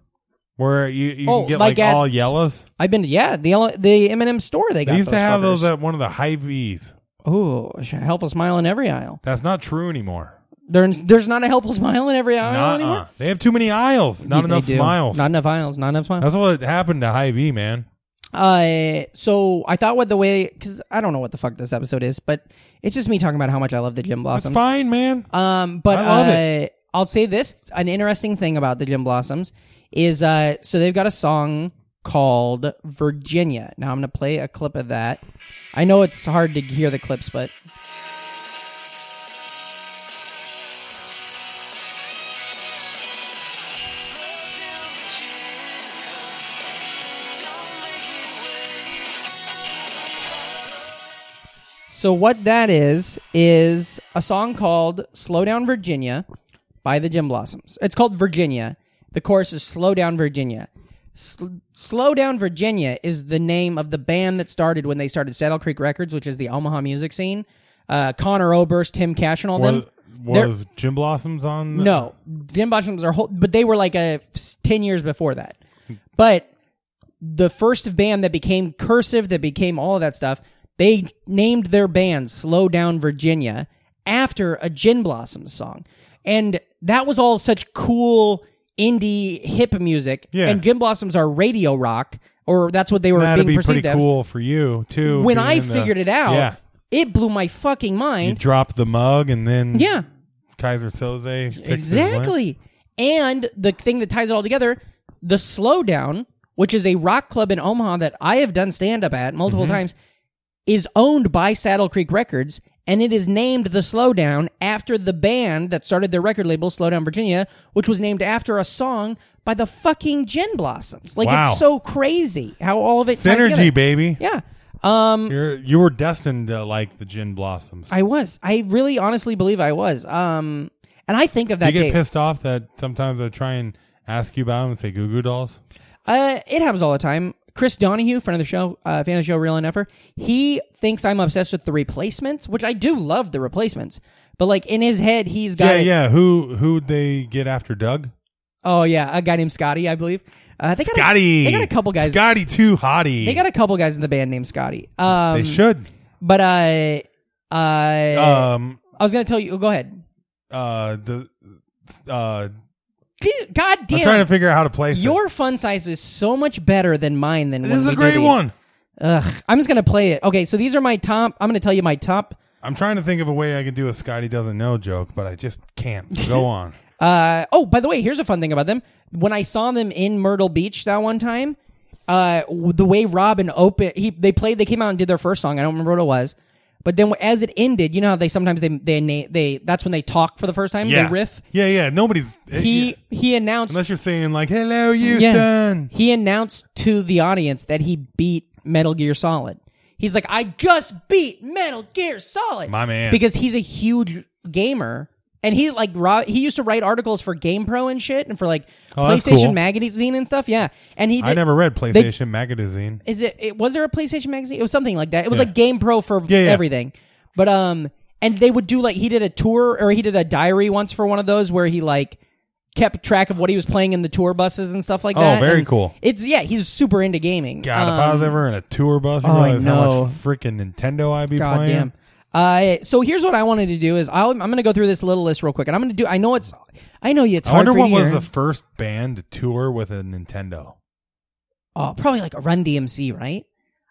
Speaker 2: where you, you
Speaker 1: Oh,
Speaker 2: can get
Speaker 1: like
Speaker 2: like,
Speaker 1: at-
Speaker 2: all yellows?
Speaker 1: I've been, to, yeah, the L- the M and M store they got.
Speaker 2: They used to have
Speaker 1: fuckers.
Speaker 2: those uh, at one of the high V's.
Speaker 1: Oh, a helpful smile in every aisle.
Speaker 2: That's not true anymore.
Speaker 1: There, there's not a helpful smile in every aisle
Speaker 2: Nuh-uh.
Speaker 1: Oh, anymore.
Speaker 2: They have too many aisles, not
Speaker 1: They
Speaker 2: enough
Speaker 1: do.
Speaker 2: smiles.
Speaker 1: Not enough aisles. Not enough smiles.
Speaker 2: That's what happened to high V, man.
Speaker 1: Uh, so I thought what the way because I don't know what the fuck this episode is, but it's just me talking about how much I love the Jim
Speaker 2: That's
Speaker 1: Blossoms.
Speaker 2: fine, man.
Speaker 1: Um, but
Speaker 2: I love
Speaker 1: uh,
Speaker 2: it.
Speaker 1: I'll say this: an interesting thing about the Jim Blossoms is uh, so they've got a song called Virginia. Now I'm gonna play a clip of that. I know it's hard to hear the clips, but So what that is is a song called "Slow Down Virginia" by the Jim Blossoms. It's called Virginia. The chorus is "Slow Down Virginia." Sl- Slow Down Virginia is the name of the band that started when they started Saddle Creek Records, which is the Omaha music scene. Uh, Connor Oberst, Tim Cash, and all
Speaker 2: was
Speaker 1: them. They're-
Speaker 2: was Jim Blossoms on?
Speaker 1: no, Jim Blossoms are whole, but they were like a ten years before that. But the first band that became cursive, that became all of that stuff, they named their band "Slow Down Virginia" after a Gin Blossoms song, and that was all such cool indie hip music.
Speaker 2: Yeah.
Speaker 1: and Gin Blossoms are radio rock, or that's what they were
Speaker 2: That'd
Speaker 1: being
Speaker 2: be
Speaker 1: perceived
Speaker 2: pretty
Speaker 1: as.
Speaker 2: cool for you too.
Speaker 1: When
Speaker 2: being
Speaker 1: I
Speaker 2: in the-
Speaker 1: figured it out,
Speaker 2: yeah,
Speaker 1: it blew my fucking
Speaker 2: you
Speaker 1: mind.
Speaker 2: drop the mug and then
Speaker 1: yeah.
Speaker 2: Kaiser Soze fixed his lens.
Speaker 1: Exactly. And the thing that ties it all together, the slowdown, which is a rock club in Omaha that I have done stand up at multiple
Speaker 2: Mm-hmm.
Speaker 1: times, is owned by Saddle Creek Records, and it is named the Slowdown after the band that started their record label, Slowdown Virginia, which was named after a song by the fucking Gin Blossoms. Like
Speaker 2: Wow.
Speaker 1: it's so crazy how all of it ties
Speaker 2: Synergy,
Speaker 1: together.
Speaker 2: baby.
Speaker 1: Yeah. Um,
Speaker 2: You're you were destined to like the gin blossoms.
Speaker 1: I was. I really, honestly believe I was. Um, and I think of that
Speaker 2: you get
Speaker 1: day.
Speaker 2: pissed off that sometimes I try and ask you about them and say Goo Goo Dolls.
Speaker 1: Uh, it happens all the time. Chris Donahue, friend of the show, uh, fan of the show, real and effort. He thinks I'm obsessed with the replacements, which I do love the replacements. But like in his head, he's got
Speaker 2: yeah,
Speaker 1: it-
Speaker 2: yeah. Who who'd they get after Doug?
Speaker 1: Oh yeah, a guy named Scotty, I believe. Uh, they got
Speaker 2: Scotty.
Speaker 1: A, they got a couple guys.
Speaker 2: Scotty too hottie.
Speaker 1: They got a couple guys in the band named Scotty. Um,
Speaker 2: they should.
Speaker 1: But I, I,
Speaker 2: Um.
Speaker 1: I was gonna tell you. Go ahead.
Speaker 2: Uh. The. Uh.
Speaker 1: Dude, God damn.
Speaker 2: I'm trying to figure out how to place it.
Speaker 1: Your fun size is so much better than mine. Than
Speaker 2: This
Speaker 1: when
Speaker 2: is
Speaker 1: we
Speaker 2: a
Speaker 1: do
Speaker 2: great
Speaker 1: these.
Speaker 2: one.
Speaker 1: Ugh, I'm just gonna play it. Okay, so these are my top. I'm gonna tell you my top.
Speaker 2: I'm trying to think of a way I can do a Scotty doesn't know joke, but I just can't. Go on.
Speaker 1: Uh, oh, by the way, here's a fun thing about them. When I saw them in Myrtle Beach that one time, uh, w- the way Robin opened, he they played, they came out and did their first song. I don't remember what it was, but then as it ended, you know how they sometimes they they na- they that's when they talk for the first time.
Speaker 2: Yeah.
Speaker 1: They riff.
Speaker 2: Yeah, yeah. Nobody's
Speaker 1: He
Speaker 2: yeah.
Speaker 1: he announced
Speaker 2: unless you're saying like "Hello, Houston."
Speaker 1: He announced to the audience that he beat Metal Gear Solid. He's like, I just beat Metal Gear Solid.
Speaker 2: My man.
Speaker 1: Because he's a huge gamer. And he like ro- he used to write articles for GamePro and shit and for like
Speaker 2: Oh, that's
Speaker 1: PlayStation
Speaker 2: cool.
Speaker 1: magazine and stuff. Yeah. And he did,
Speaker 2: I never read PlayStation magazine.
Speaker 1: is it, it was there a PlayStation magazine? It was something like that. It was
Speaker 2: Yeah.
Speaker 1: like Game Pro for
Speaker 2: Yeah, yeah.
Speaker 1: everything. But um and they would do like he did a tour or he did a diary once for one of those where he like kept track of what he was playing in the tour buses and stuff like
Speaker 2: Oh,
Speaker 1: that.
Speaker 2: very
Speaker 1: And
Speaker 2: cool.
Speaker 1: It's yeah, he's super into gaming.
Speaker 2: God, if
Speaker 1: Um,
Speaker 2: I was ever in a tour bus, you
Speaker 1: oh, I
Speaker 2: realize how
Speaker 1: know.
Speaker 2: much freaking Nintendo I'd be
Speaker 1: God
Speaker 2: playing.
Speaker 1: damn. Uh, so here's what I wanted to do is I'll, I'm going to go through this little list real quick, and I'm going to do. I know it's, I know it's.
Speaker 2: I
Speaker 1: hard
Speaker 2: wonder
Speaker 1: for you
Speaker 2: what
Speaker 1: to
Speaker 2: was
Speaker 1: hear.
Speaker 2: the first band to tour with a Nintendo.
Speaker 1: Oh, probably like a Run DMC, right?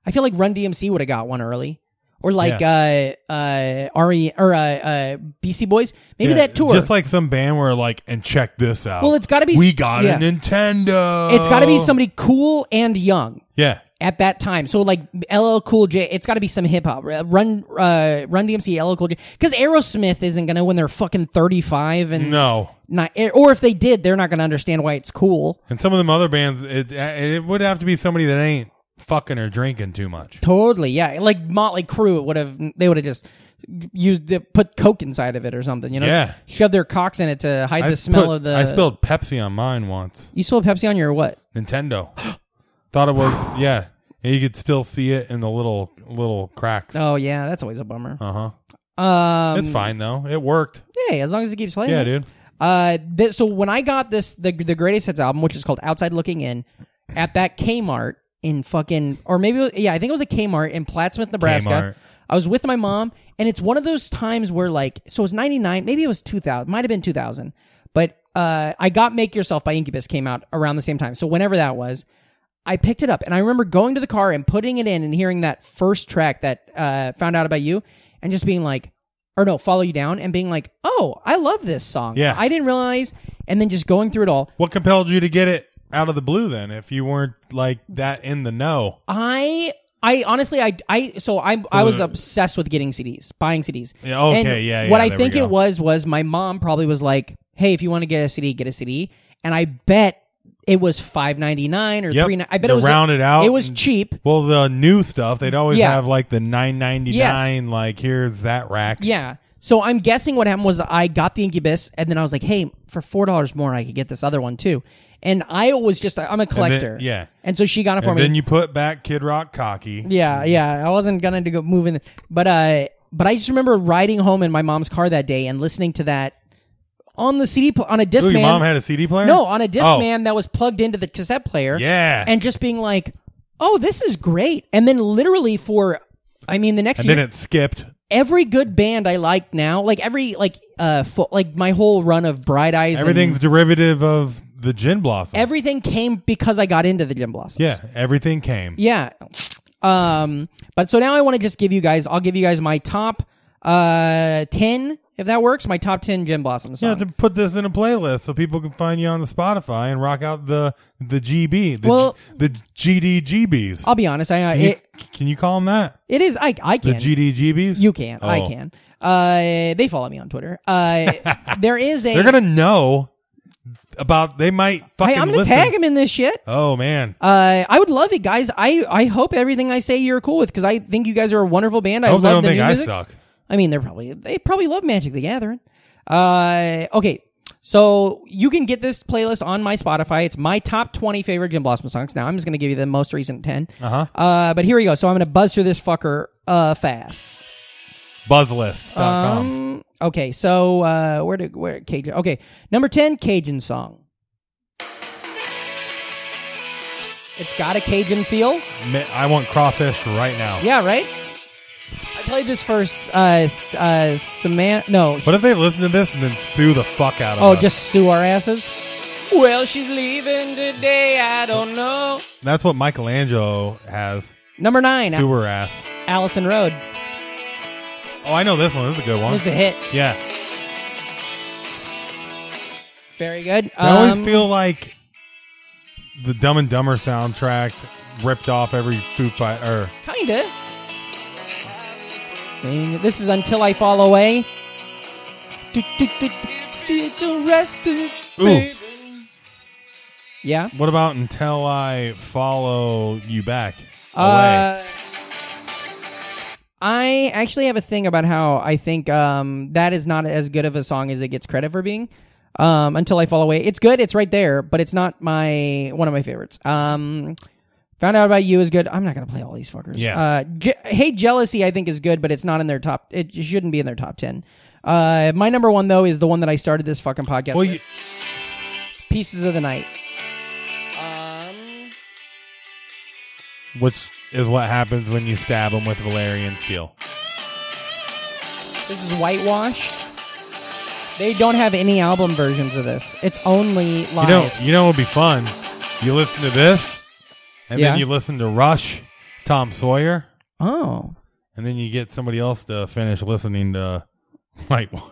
Speaker 1: I feel like Run DMC would have got one early, or like uh uh RE or uh, uh BC Boys. Maybe
Speaker 2: Yeah,
Speaker 1: that tour.
Speaker 2: Just like some band where like, and check this out.
Speaker 1: Well, it's gotta be
Speaker 2: We
Speaker 1: s-
Speaker 2: got
Speaker 1: yeah.
Speaker 2: a Nintendo.
Speaker 1: it's got to be somebody cool and young
Speaker 2: Yeah.
Speaker 1: at that time. So like LL Cool J, it's got to be some hip hop. Run uh Run DMC, LL Cool J, because Aerosmith isn't gonna when they're fucking thirty five and
Speaker 2: No.
Speaker 1: not, or if they did, they're not gonna understand why it's cool.
Speaker 2: And some of them other bands, it it would have to be somebody that ain't fucking or drinking too much.
Speaker 1: Totally, yeah. Like Motley Crue would have, they would have just used it, put coke inside of it or something. You know,
Speaker 2: Yeah.
Speaker 1: shove their cocks in it to hide
Speaker 2: I
Speaker 1: the smell
Speaker 2: put-
Speaker 1: of the.
Speaker 2: I spilled Pepsi on mine once.
Speaker 1: You spilled Pepsi on your what?
Speaker 2: Nintendo. Thought it was yeah. And you could still see it in the little little cracks.
Speaker 1: Oh yeah, that's always a bummer.
Speaker 2: Uh huh.
Speaker 1: um,
Speaker 2: It's fine though. It worked.
Speaker 1: hey, as long as it keeps playing.
Speaker 2: Yeah, dude.
Speaker 1: Uh, th- so when I got this, the the greatest hits album, which is called Outside Looking In, at that Kmart in fucking, or maybe it was- yeah, I think it was a Kmart in Plattsmouth, Nebraska.
Speaker 2: Kmart.
Speaker 1: I was with my mom, and it's one of those times where like, so it was ninety nine, maybe it was two thousand, might have been two thousand, but uh, I got Make Yourself by Incubus came out around the same time, so whenever that was. I picked it up and I remember going to the car and putting it in and hearing that first track that uh, found out about you and just being like, or no, follow you down and being like, oh, I love this song.
Speaker 2: Yeah.
Speaker 1: I didn't realize. And then just going through it all.
Speaker 2: What compelled you to get it out of the blue then? If you weren't like that in the know,
Speaker 1: I, I honestly, I, I, so I, I was obsessed with getting CDs, buying CDs.
Speaker 2: Yeah, okay,
Speaker 1: And
Speaker 2: yeah, yeah,
Speaker 1: What I
Speaker 2: there we
Speaker 1: think
Speaker 2: go.
Speaker 1: it was, was my mom probably was like, hey, if you want to get a CD, get a CD. And I bet it was five ninety nine or
Speaker 2: Yep.
Speaker 1: three. I bet
Speaker 2: To
Speaker 1: it was
Speaker 2: round it out
Speaker 1: It was
Speaker 2: and-
Speaker 1: cheap.
Speaker 2: well, the new stuff they'd always
Speaker 1: Yeah.
Speaker 2: have like the nine ninety nine. Like here's that rack.
Speaker 1: Yeah. So I'm guessing what happened was I got the Incubus, and then I was like, "Hey, for four dollars more, I could get this other one too." And I was just, I'm a collector,
Speaker 2: yeah.
Speaker 1: And so she got it for
Speaker 2: And
Speaker 1: me.
Speaker 2: then you put back Kid Rock cocky.
Speaker 1: yeah, yeah. I wasn't gonna to go move in, but uh, but I just remember riding home in my mom's car that day and listening to that on the CD pl- on a disc
Speaker 2: Ooh, your
Speaker 1: man.
Speaker 2: mom had a CD player.
Speaker 1: no, on a disc
Speaker 2: Oh.
Speaker 1: man that was plugged into the cassette player.
Speaker 2: Yeah.
Speaker 1: and just being like, "Oh, this is great!" And then literally for, I mean, the next
Speaker 2: And
Speaker 1: year,
Speaker 2: then it skipped.
Speaker 1: every good band I like now, like every like uh fo- like my whole run of Bright Eyes, and
Speaker 2: Everything's derivative of the Gin Blossoms.
Speaker 1: everything came because I got into the Jim Blossoms.
Speaker 2: yeah, everything came.
Speaker 1: yeah. Um, but so now I want to just give you guys. I'll give you guys my top uh ten if that works. My top ten Jim Blossoms.
Speaker 2: Yeah,
Speaker 1: songs.
Speaker 2: to put this in a playlist so people can find you on the Spotify and rock out the the GB, the
Speaker 1: Well-
Speaker 2: G, the GDGBs.
Speaker 1: I'll be honest. I I-
Speaker 2: can, you,
Speaker 1: it,
Speaker 2: can you call them that?
Speaker 1: it is I I
Speaker 2: The
Speaker 1: can
Speaker 2: GDGBs?
Speaker 1: you can I
Speaker 2: Oh.
Speaker 1: can. Uh, they follow me on Twitter. Uh, there is a.
Speaker 2: They're gonna know about. They might fucking.
Speaker 1: Hey, I'm gonna
Speaker 2: listen.
Speaker 1: tag him in this shit.
Speaker 2: Oh man,
Speaker 1: Uh, I would love it, guys. I, I hope everything I say you're cool with because I think you guys are a wonderful band. I,
Speaker 2: I hope
Speaker 1: love
Speaker 2: they don't
Speaker 1: the
Speaker 2: think
Speaker 1: new
Speaker 2: I
Speaker 1: music.
Speaker 2: suck.
Speaker 1: I mean, they're probably they probably love Magic the Gathering. Uh, okay, So you can get this playlist on my Spotify. It's my top 20 favorite Jim Blossom songs. Now I'm just going to give you the most recent 10. Uh-huh. Uh, but here we go. So I'm going to buzz through this fucker uh, fast.
Speaker 2: Buzzlist.com.
Speaker 1: Um, Okay, so uh, where did where Cajun? Okay, number ten, Cajun song. It's got a Cajun feel.
Speaker 2: Ma- I want crawfish right now.
Speaker 1: Yeah, right. I played this first. Uh, s- uh, Samantha. No.
Speaker 2: What if they listen to this and then sue the fuck out of
Speaker 1: Oh,
Speaker 2: us?
Speaker 1: just sue our asses. Well, she's leaving today. I don't know.
Speaker 2: That's what Michelangelo has.
Speaker 1: Number nine,
Speaker 2: Sewer ass.
Speaker 1: Allison Road.
Speaker 2: Oh, I know this one. This is a good
Speaker 1: That
Speaker 2: one.
Speaker 1: was the hit.
Speaker 2: Yeah.
Speaker 1: Very good.
Speaker 2: I always
Speaker 1: Um,
Speaker 2: feel like the Dumb and Dumber soundtrack ripped off every Foo Fight or
Speaker 1: Kinda. Dang, This is Until I Fall Away. Do, do, do, do, feel the rest of it,
Speaker 2: Ooh.
Speaker 1: baby. Yeah.
Speaker 2: what about until I follow you back? away?
Speaker 1: Uh, I actually have a thing about how I think um, that is not as good of a song as it gets credit for being. Um, Until I Fall Away, it's good. It's right there, but it's not my one of my favorites. Um, Found out about you is good. I'm not gonna play all these fuckers.
Speaker 2: Yeah.
Speaker 1: Uh, Je- hey, jealousy I think is good, but it's not in their top. It shouldn't be in their top ten. Uh, my number one though is the one that I started this fucking podcast.
Speaker 2: Well,
Speaker 1: with,
Speaker 2: you,
Speaker 1: Pieces of the Night.
Speaker 2: which is what happens when you stab them with Valerian steel.
Speaker 1: This is Whitewash. They don't have any album versions of this. It's only live.
Speaker 2: You know, you know, it'll be fun. You listen to this, and
Speaker 1: Yeah.
Speaker 2: then you listen to Rush, Tom Sawyer,
Speaker 1: oh.
Speaker 2: and then you get somebody else to finish listening to White One.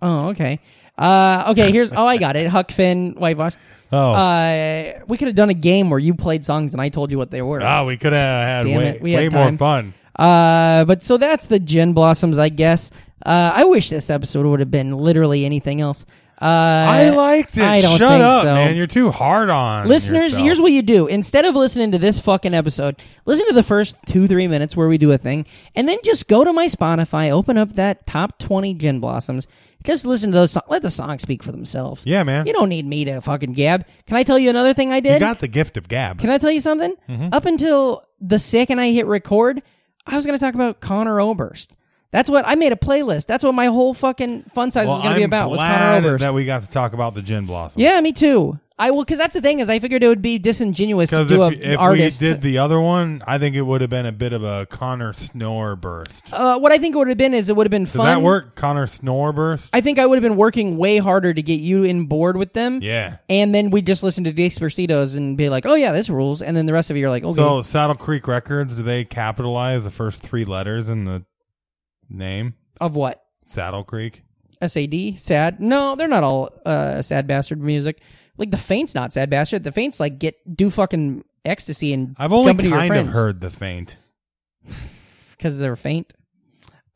Speaker 1: Oh, okay. Uh, okay, here's oh I got it. Huck Finn, Whitewash.
Speaker 2: Oh,
Speaker 1: Uh, we could have done a game where you played songs and I told you what they were.
Speaker 2: ah, we could have had
Speaker 1: damn
Speaker 2: way,
Speaker 1: it, we
Speaker 2: way
Speaker 1: had time.
Speaker 2: more fun.
Speaker 1: Uh, but so that's the gin blossoms, I guess. Uh, I wish this episode would have been literally anything else. Uh,
Speaker 2: I liked it.
Speaker 1: I don't
Speaker 2: Shut
Speaker 1: think
Speaker 2: up,
Speaker 1: so.
Speaker 2: man. You're too hard on
Speaker 1: Listeners,
Speaker 2: yourself.
Speaker 1: here's what you do. Instead of listening to this fucking episode, listen to the first two, three minutes where we do a thing, and then just go to my Spotify, open up that top 20 Gin Blossoms, just listen to those songs. Let the songs speak for themselves.
Speaker 2: Yeah, man.
Speaker 1: You don't need me to fucking gab. Can I tell you another thing I did?
Speaker 2: you got Mm-hmm. the gift of gab.
Speaker 1: Can I tell you something? Up until the second I hit record, I was going to talk about Connor Oberst. That's what I made a playlist. That's what my whole fucking fun size
Speaker 2: well,
Speaker 1: was going to be
Speaker 2: I'm
Speaker 1: about. Was Connor
Speaker 2: glad
Speaker 1: Oberst?
Speaker 2: that we got to talk about the gin blossom.
Speaker 1: Yeah, me too. I will because that's the thing is I figured it would be disingenuous to
Speaker 2: Because
Speaker 1: do
Speaker 2: if,
Speaker 1: a
Speaker 2: if we
Speaker 1: artist.
Speaker 2: did the other one, I think it would have been a bit of a Connor snore burst. Does
Speaker 1: uh, what I think it would have been is it would have been fun.
Speaker 2: that work? Connor snore burst?
Speaker 1: I think I would have been working way harder to get you in board with them.
Speaker 2: yeah.
Speaker 1: And then we just listen to Despercitos and be like, "Oh yeah, this rules." And then the rest of you are like, "Okay."
Speaker 2: So Saddle Creek Records, do they capitalize the first three letters in the name?
Speaker 1: of what?
Speaker 2: Saddle Creek.
Speaker 1: SAD, sad. No, they're not all uh, sad bastard music. Like the faint's not sad bastard. The faint's like get do fucking ecstasy and
Speaker 2: I've only
Speaker 1: jump into your
Speaker 2: kind of
Speaker 1: friends.
Speaker 2: heard the faint.
Speaker 1: because they're faint.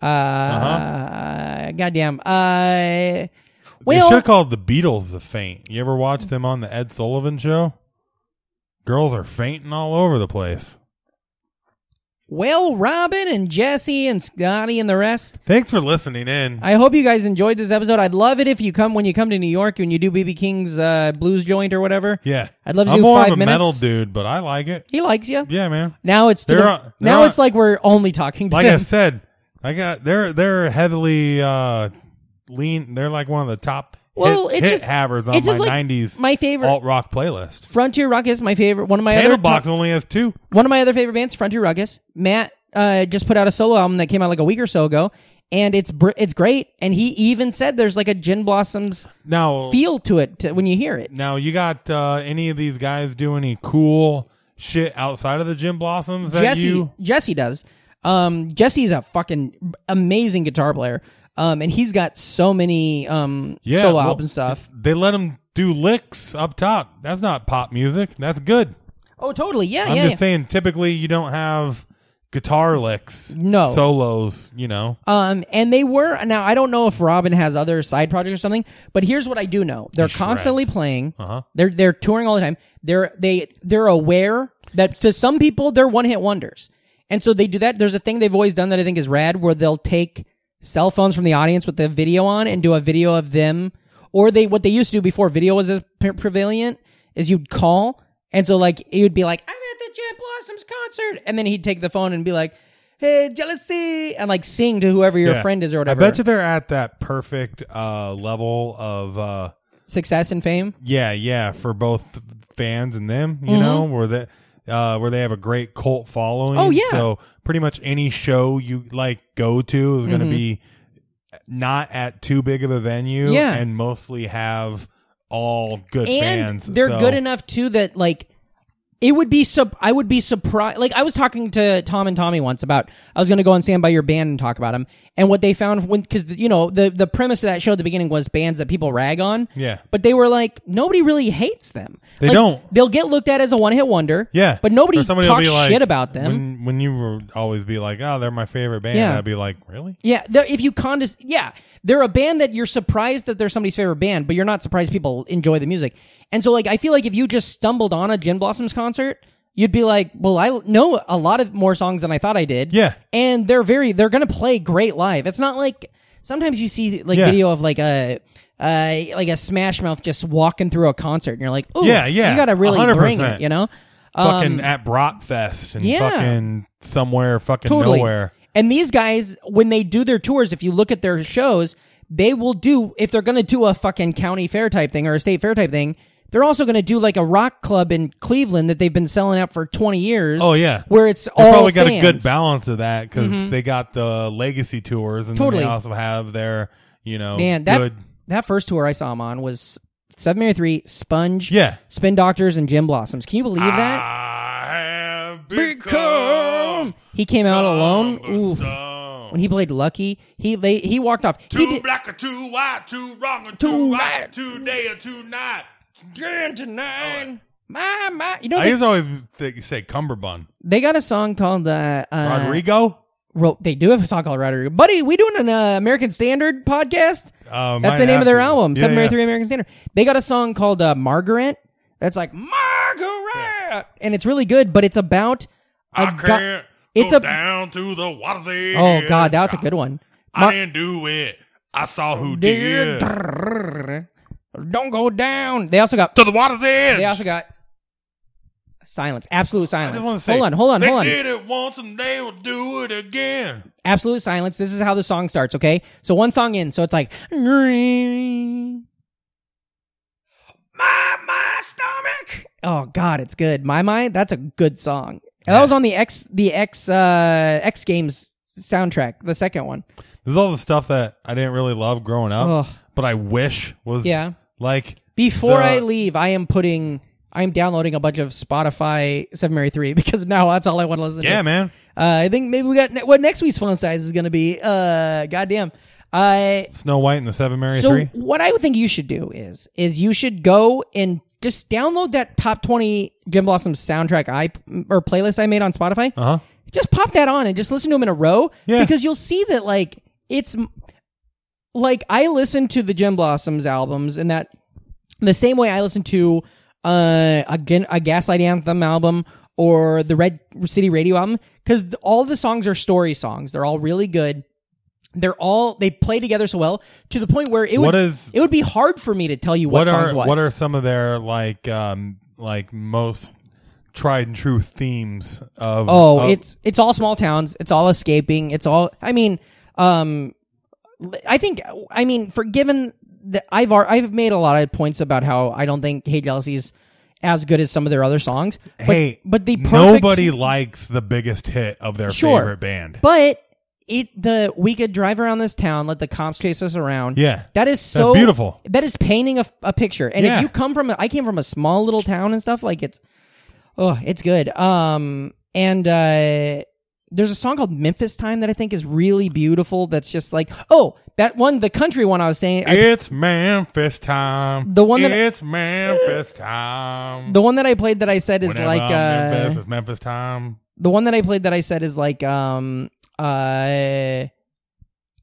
Speaker 1: Uh, goddamn. Uh,
Speaker 2: they
Speaker 1: well,
Speaker 2: should have called the Beatles the faint. You ever watch them on the Ed Sullivan show? Girls are fainting all over the place.
Speaker 1: well, Robin and Jesse and Scotty and the rest.
Speaker 2: Thanks for listening in.
Speaker 1: I hope you guys enjoyed this episode. I'd love it if you come when you come to New York and you do BB King's uh, blues joint or whatever.
Speaker 2: yeah,
Speaker 1: I'd love to
Speaker 2: I'm
Speaker 1: do
Speaker 2: more
Speaker 1: five
Speaker 2: of a
Speaker 1: minutes.
Speaker 2: metal dude, but I like it.
Speaker 1: He likes you.
Speaker 2: Yeah, man.
Speaker 1: Now it's to
Speaker 2: They're
Speaker 1: the-
Speaker 2: on- they're
Speaker 1: now
Speaker 2: on-
Speaker 1: it's like we're only talking. To
Speaker 2: Like
Speaker 1: them.
Speaker 2: I said, I got they're they're heavily uh lean. They're like one of the top
Speaker 1: Well,
Speaker 2: hit,
Speaker 1: it's
Speaker 2: hit
Speaker 1: just-
Speaker 2: havers on
Speaker 1: it's just
Speaker 2: my
Speaker 1: like
Speaker 2: '90s
Speaker 1: my favorite-
Speaker 2: alt rock playlist.
Speaker 1: Frontier Ruckus, my favorite. One of my other
Speaker 2: Candlebox only has two.
Speaker 1: one of my other favorite bands, Frontier Ruckus. Matt uh, just put out a solo album that came out like a week or so ago, and it's br- it's great. And he even said there's like a Gin Blossoms
Speaker 2: Now
Speaker 1: feel to it to, when you hear it.
Speaker 2: Now, you got uh, any of these guys do any cool shit outside of the Jim Blossoms that
Speaker 1: Jesse
Speaker 2: you?
Speaker 1: Jesse does. Um, Jesse's a fucking amazing guitar player. Um, and he's got so many um solo
Speaker 2: well,
Speaker 1: album stuff.
Speaker 2: They let them do licks up top. That's not pop music. That's good.
Speaker 1: Oh, totally. Yeah,
Speaker 2: I'm
Speaker 1: yeah.
Speaker 2: just
Speaker 1: yeah.
Speaker 2: saying. Typically, you don't have guitar licks,
Speaker 1: No.
Speaker 2: solos. You know,
Speaker 1: Um, and they were now. I don't know if Robin has other side projects or something, but here's what I do know: they're constantly playing. Uh-huh. They're they're touring all the time. They're they they're aware that to some people they're one hit wonders, and so they do that. There's a thing they've always done that I think is rad, where they'll take cell phones from the audience with the video on and do a video of them. Or they what they used to do before video was as pre- prevalent is you'd call, and so like it would be like I'm at the Jet Blossoms concert, and then he'd take the phone and be like, "Hey, jealousy," and like sing to whoever your
Speaker 2: Yeah.
Speaker 1: friend is or whatever.
Speaker 2: I bet you they're at that perfect uh, level of uh,
Speaker 1: success and fame.
Speaker 2: yeah, yeah for both fans and them.
Speaker 1: Mm-hmm.
Speaker 2: You know where they uh, where they have a great cult following.
Speaker 1: Oh, yeah.
Speaker 2: So pretty much any show you like go to is going to
Speaker 1: Mm-hmm.
Speaker 2: be not at too big of a venue.
Speaker 1: Yeah.
Speaker 2: and mostly have all good
Speaker 1: and
Speaker 2: fans.
Speaker 1: they're
Speaker 2: So-
Speaker 1: good enough too that like it would be sub I would be surprised like I was talking to Tom and Tommy once about I was going to go on stand by your band and talk about them and what they found when cuz you know the the premise of that show at the beginning was bands that people rag on
Speaker 2: Yeah.
Speaker 1: but they were like nobody really hates them
Speaker 2: They
Speaker 1: Like,
Speaker 2: don't.
Speaker 1: they'll get looked at as a one hit wonder
Speaker 2: Yeah,
Speaker 1: but nobody
Speaker 2: Or
Speaker 1: talks
Speaker 2: somebody will be like-
Speaker 1: shit about them
Speaker 2: When, when you were always be like, "Oh, they're my favorite band,"
Speaker 1: Yeah.
Speaker 2: I'd be like, "Really?"
Speaker 1: Yeah, they're- if you condes, yeah, they're a band that you're surprised that they're somebody's favorite band, but you're not surprised people enjoy the music. And so, like, I feel like if you just stumbled on a Gin Blossoms concert, you'd be like, "Well, I know a lot of more songs than I thought I did."
Speaker 2: Yeah.
Speaker 1: and they're very, they're gonna play great live. It's not like sometimes you see like
Speaker 2: Yeah.
Speaker 1: video of like a. Uh, like a Smash Mouth just walking through a concert, and you're like, "Ooh,
Speaker 2: Yeah, yeah,
Speaker 1: you got to really bring it,"
Speaker 2: 100%.
Speaker 1: you know.
Speaker 2: fucking at Brotfest and
Speaker 1: Um, yeah.
Speaker 2: fucking somewhere fucking
Speaker 1: totally.
Speaker 2: nowhere.
Speaker 1: And these guys, when they do their tours, if you look at their shows, they will do if they're going to do a fucking county fair type thing or a state fair type thing. They're also going to do like a rock club in Cleveland that they've been selling out for twenty years.
Speaker 2: Oh yeah,
Speaker 1: where it's
Speaker 2: They
Speaker 1: all
Speaker 2: probably got a
Speaker 1: fans. Mm-hmm.
Speaker 2: good balance of that because they got the legacy tours and then
Speaker 1: Totally.
Speaker 2: they also have their you know
Speaker 1: Man, that
Speaker 2: good
Speaker 1: that first tour I saw him on was Seven Mary Three, Sponge,
Speaker 2: yeah. Ah,
Speaker 1: Spin Doctors, and Jim Blossoms. Can you believe that?
Speaker 2: I have
Speaker 1: Become He came out alone. Ooh.
Speaker 2: Ooh.
Speaker 1: When he played Lucky, he they, he walked off. He
Speaker 2: Too
Speaker 1: did-
Speaker 2: black or too white, too wrong or too,
Speaker 1: Too
Speaker 2: right,
Speaker 1: right.
Speaker 2: too day or too night.
Speaker 1: Again tonight. My my, you know
Speaker 2: I
Speaker 1: they,
Speaker 2: used to always think, say cummerbund.
Speaker 1: they got a song called uh, uh,
Speaker 2: Rodrigo.
Speaker 1: Ro- they do have a song called Rodrigo. Buddy, we doing an uh, American Standard podcast?
Speaker 2: Uh,
Speaker 1: That's
Speaker 2: might
Speaker 1: the name
Speaker 2: have
Speaker 1: of their
Speaker 2: to.
Speaker 1: album,
Speaker 2: Yeah,
Speaker 1: Seven Mary
Speaker 2: yeah.
Speaker 1: Three American Standard. They got a song called uh, Margaret. That's like Margaret, and it's really good, but it's about a
Speaker 2: I
Speaker 1: gu-
Speaker 2: can't
Speaker 1: It's
Speaker 2: go
Speaker 1: a
Speaker 2: down to the water's edge.
Speaker 1: oh god, that's a good one.
Speaker 2: I didn't do it. I saw who did. To
Speaker 1: Dear- Don't go down. They also got.
Speaker 2: the water's edge.
Speaker 1: They also got silence. Absolute
Speaker 2: I
Speaker 1: silence.
Speaker 2: just want to say,
Speaker 1: hold on, hold on,
Speaker 2: they
Speaker 1: hold on.
Speaker 2: did it once and they will do it again.
Speaker 1: absolute silence. This is how the song starts, okay? So one song in, so it's like oh, my my stomach. Oh god, it's good. My my, that's a good song. And that was on the X the X uh X Games soundtrack, the second one.
Speaker 2: This is all the stuff that I didn't really love growing up,
Speaker 1: Ugh.
Speaker 2: but I wish was
Speaker 1: Yeah.
Speaker 2: like
Speaker 1: Before
Speaker 2: The-
Speaker 1: I leave, I am putting I am downloading a bunch of Spotify Seven Mary Three because now that's all I want to listen to.
Speaker 2: yeah, man.
Speaker 1: Uh, I think maybe we got ne- what next week's fun size is going to be. Uh, goddamn. Uh,
Speaker 2: Snow White and the Seven Mary
Speaker 1: so
Speaker 2: Three.
Speaker 1: what I would think you should do is is you should go and just download that top twenty Jim Blossom soundtrack I or playlist I made on Spotify.
Speaker 2: Uh huh.
Speaker 1: Just pop that on and just listen to them in a row.
Speaker 2: Yeah.
Speaker 1: Because you'll see that like it's m- like I listen to the Jim Blossoms albums in that the same way I listen to uh, a, Gin- a Gaslight Anthem album or the Red City Radio album because all the songs are story songs. They're all really good. They're all they play together so well to the point where it would
Speaker 2: What is-
Speaker 1: it would be hard for me to tell you what,
Speaker 2: What
Speaker 1: songs
Speaker 2: are
Speaker 1: what.
Speaker 2: what are some of their like um like most tried and true themes of?
Speaker 1: Oh,
Speaker 2: of-
Speaker 1: it's it's all small towns. It's all escaping. It's all. I mean, um, I think. I mean, for given that I've al- I've made a lot of points about how I don't think Hey Jealousy's as good as some of their other songs. But,
Speaker 2: hey,
Speaker 1: but the perfect,
Speaker 2: nobody likes the biggest hit of their
Speaker 1: Sure.
Speaker 2: favorite band.
Speaker 1: But it the we could drive around this town, let the cops chase us around.
Speaker 2: Yeah.
Speaker 1: that is so
Speaker 2: beautiful.
Speaker 1: That is painting a, a picture. And
Speaker 2: Yeah.
Speaker 1: if you come from, a, I came from a small little town and stuff like it's, oh, it's good. Um, and uh, there's a song called Memphis Time that I think is really beautiful. That's just like oh that one, the country one I was saying. I-
Speaker 2: it's Memphis time.
Speaker 1: The one that-
Speaker 2: it's Memphis time.
Speaker 1: the one that I played that I said is
Speaker 2: Whenever
Speaker 1: like
Speaker 2: I'm
Speaker 1: uh,
Speaker 2: Memphis, it's Memphis time.
Speaker 1: the one that I played that I said is like um uh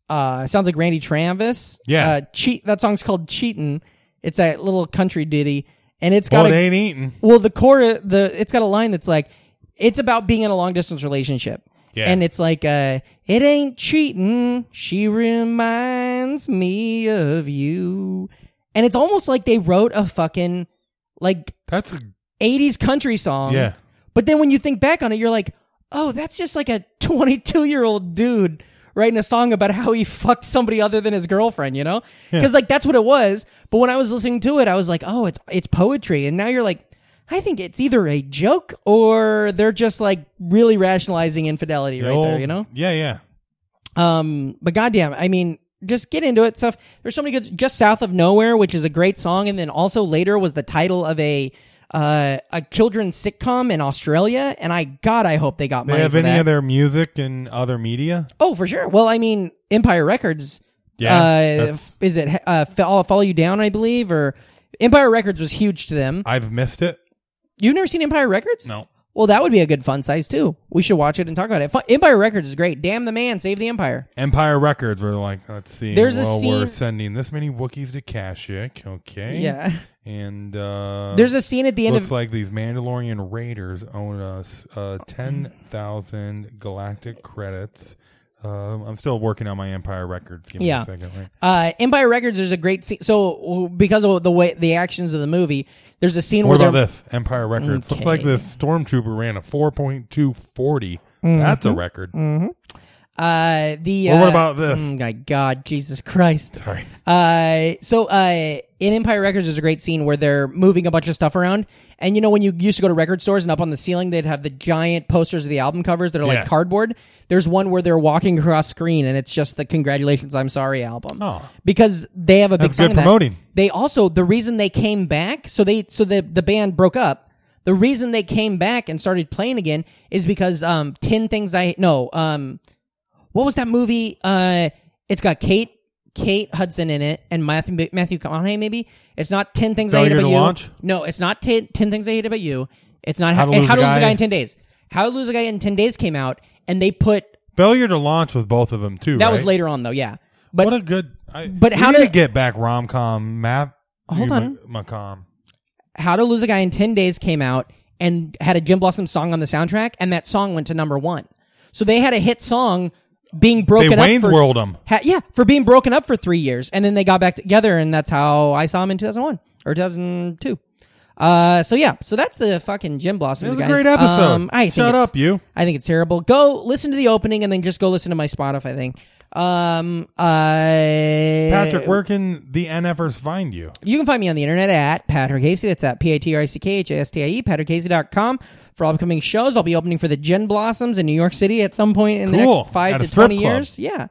Speaker 1: uh sounds like Randy Travis.
Speaker 2: Yeah.
Speaker 1: Uh cheat that song's called Cheatin'. It's that little country ditty and it's got
Speaker 2: Well, it
Speaker 1: a,
Speaker 2: ain't eating.
Speaker 1: well the core the it's got a line that's like it's about being in a long distance relationship.
Speaker 2: Yeah.
Speaker 1: And it's like uh it ain't cheating. She reminds me of you. and it's almost like they wrote a fucking like
Speaker 2: That's a
Speaker 1: 80s country song.
Speaker 2: Yeah.
Speaker 1: But then when you think back on it, you're like, oh, that's just like a 22 year old dude writing a song about how he fucked somebody other than his girlfriend, you know? Because like that's what it was. But when I was listening to it, I was like, oh, it's it's poetry. And now you're like, I think it's either a joke or they're just like really rationalizing infidelity right there,
Speaker 2: old-
Speaker 1: you know?
Speaker 2: Yeah, yeah.
Speaker 1: Um, but goddamn, I mean, just get into it. Stuff. There's so many good. Just south of nowhere, which is a great song, and then also later was the title of a uh, a children's sitcom in Australia. And I God, I hope they got
Speaker 2: They
Speaker 1: money
Speaker 2: have
Speaker 1: for
Speaker 2: any
Speaker 1: that.
Speaker 2: of their music and other media?
Speaker 1: oh, for sure. Well, I mean, Empire Records.
Speaker 2: Yeah,
Speaker 1: Uh,
Speaker 2: that's-
Speaker 1: is it uh, F- I'll follow you down? I believe or. Empire Records was huge to them.
Speaker 2: I've missed it.
Speaker 1: You've never seen Empire Records?
Speaker 2: Uh, No.
Speaker 1: Well, that would be a good fun size too. We should watch it and talk about it. Fu- Empire Records is great. Damn the man, save the empire.
Speaker 2: Empire Records were like, let's see.
Speaker 1: There's a
Speaker 2: well, we're
Speaker 1: scene-
Speaker 2: sending this many Wookiees to Kashyyyk, okay?
Speaker 1: Yeah.
Speaker 2: And uh,
Speaker 1: There's a scene at the end
Speaker 2: looks
Speaker 1: of
Speaker 2: like these Mandalorian raiders own us uh, ten thousand galactic credits. Um, I'm still working on my Empire Records. Give me
Speaker 1: Yeah.
Speaker 2: a second. Right?
Speaker 1: Uh, Empire Records, there's a great scene. So because of the way the actions of the movie, there's a scene
Speaker 2: What
Speaker 1: where
Speaker 2: about
Speaker 1: they're-
Speaker 2: this Empire Records? Looks like
Speaker 1: Okay.
Speaker 2: this stormtrooper ran a 4.240. That's a
Speaker 1: Mm-hmm.
Speaker 2: record.
Speaker 1: Uh, the
Speaker 2: Or what
Speaker 1: uh,
Speaker 2: about this?
Speaker 1: Oh my God, Jesus Christ!
Speaker 2: Sorry.
Speaker 1: Uh, so uh, in Empire Records, there's a great scene where they're moving a bunch of stuff around, and you know when you used to go to record stores and up on the ceiling they'd have the giant posters of the album covers that are
Speaker 2: Yeah.
Speaker 1: like cardboard. There's one where they're walking across screen, and it's just the "Congratulations, I'm Sorry" album.
Speaker 2: Oh.
Speaker 1: because they have a big
Speaker 2: That's
Speaker 1: song
Speaker 2: good
Speaker 1: in that.
Speaker 2: promoting.
Speaker 1: They also the reason they came back, so they so the the band broke up. The reason they came back and started playing again is because um Ten Things I No, um what was that movie? Uh it's got Kate Kate Hudson in it and Matthew Matthew McConaughey maybe. It's not Ten Things I Hate
Speaker 2: Failure
Speaker 1: About
Speaker 2: to
Speaker 1: You.
Speaker 2: Launch?
Speaker 1: No, it's not 10, 10 Things I Hate About You. It's not
Speaker 2: How to Lose
Speaker 1: How
Speaker 2: a
Speaker 1: to Lose a
Speaker 2: Guy.
Speaker 1: Guy in Ten Days. How to Lose a Guy in Ten Days came out and they put
Speaker 2: Failure to launch with both of them too.
Speaker 1: that
Speaker 2: right?
Speaker 1: was later on though, yeah. But
Speaker 2: what a good. I,
Speaker 1: but
Speaker 2: we
Speaker 1: how
Speaker 2: need
Speaker 1: did-
Speaker 2: to get back rom com math?
Speaker 1: Hold on.
Speaker 2: Macom.
Speaker 1: How to Lose a Guy in 10 Days came out and had a Jim Blossom song on the soundtrack, and that song went to number one. So they had a hit song being broken
Speaker 2: They
Speaker 1: up.
Speaker 2: Wayne's
Speaker 1: for,
Speaker 2: World 'em.
Speaker 1: Ha- yeah, for being broken up for three years. And then they got back together, and that's how I saw him in 2001 or 2002. Uh, so yeah, so that's the fucking Jim Blossom.
Speaker 2: It was a
Speaker 1: guys.
Speaker 2: great episode.
Speaker 1: Um, I think
Speaker 2: Shut
Speaker 1: it's-
Speaker 2: up, you.
Speaker 1: I think it's terrible. Go listen to the opening, and then just go listen to my Spotify thing. Um, I
Speaker 2: Patrick, where can the NFers find you?
Speaker 1: you can find me on the internet at Patrick Hasty. That's at P A T R I C K H A S T I E, patrickhasty.com. For all upcoming shows, I'll be opening for the Gen Blossoms in New York City at some point in the
Speaker 2: Cool.
Speaker 1: next five
Speaker 2: At a
Speaker 1: to
Speaker 2: strip
Speaker 1: 20
Speaker 2: club.
Speaker 1: years. Yeah.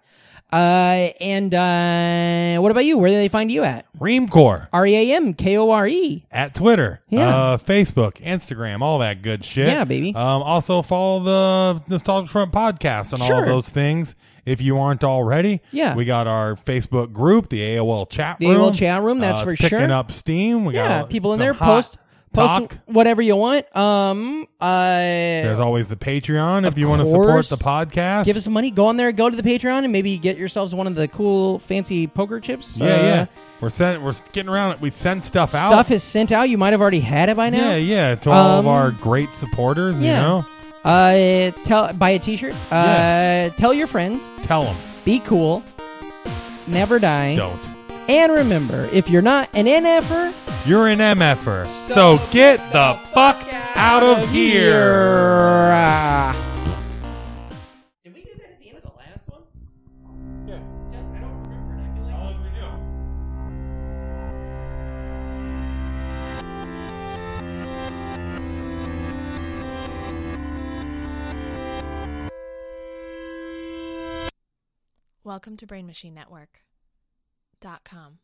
Speaker 1: Uh, and uh, what about you? Where do they find you at?
Speaker 2: Reamcore
Speaker 1: R E A M K O R E.
Speaker 2: at Twitter,
Speaker 1: Yeah.
Speaker 2: uh, Facebook, Instagram, all that good shit.
Speaker 1: Yeah, baby.
Speaker 2: Um, also follow the Nostalgic Front podcast on all
Speaker 1: Sure.
Speaker 2: of those things if you aren't already.
Speaker 1: Yeah.
Speaker 2: we got our Facebook group, the AOL chat
Speaker 1: The
Speaker 2: room,
Speaker 1: AOL chat room, that's
Speaker 2: it's
Speaker 1: for
Speaker 2: picking
Speaker 1: sure.
Speaker 2: up steam. We
Speaker 1: Yeah,
Speaker 2: got
Speaker 1: people in
Speaker 2: some
Speaker 1: there
Speaker 2: hot
Speaker 1: post
Speaker 2: talk.
Speaker 1: post whatever you want. Um, uh,
Speaker 2: There's always the Patreon if you want to support
Speaker 1: course.
Speaker 2: the podcast.
Speaker 1: give us some money. Go on there, go to the Patreon, and maybe get yourselves one of the cool fancy poker chips.
Speaker 2: yeah,
Speaker 1: Uh,
Speaker 2: yeah. We're sent. We're getting around it. We send stuff out.
Speaker 1: Stuff is sent out. You might have already had it by now.
Speaker 2: yeah, yeah. To all of
Speaker 1: Um,
Speaker 2: our great supporters,
Speaker 1: yeah.
Speaker 2: you know,
Speaker 1: Uh, tell buy a T-shirt. Uh,
Speaker 2: Yeah.
Speaker 1: tell your friends.
Speaker 2: tell them
Speaker 1: Be cool. Never die.
Speaker 2: don't.
Speaker 1: And remember, if you're not an er, NFer,
Speaker 2: You're an MFer. So, get the fuck out of here.
Speaker 1: did we do that at the end of the last one?
Speaker 2: Yeah.
Speaker 1: I don't remember. I feel like.
Speaker 8: Welcome to BrainMachineNetwork.com.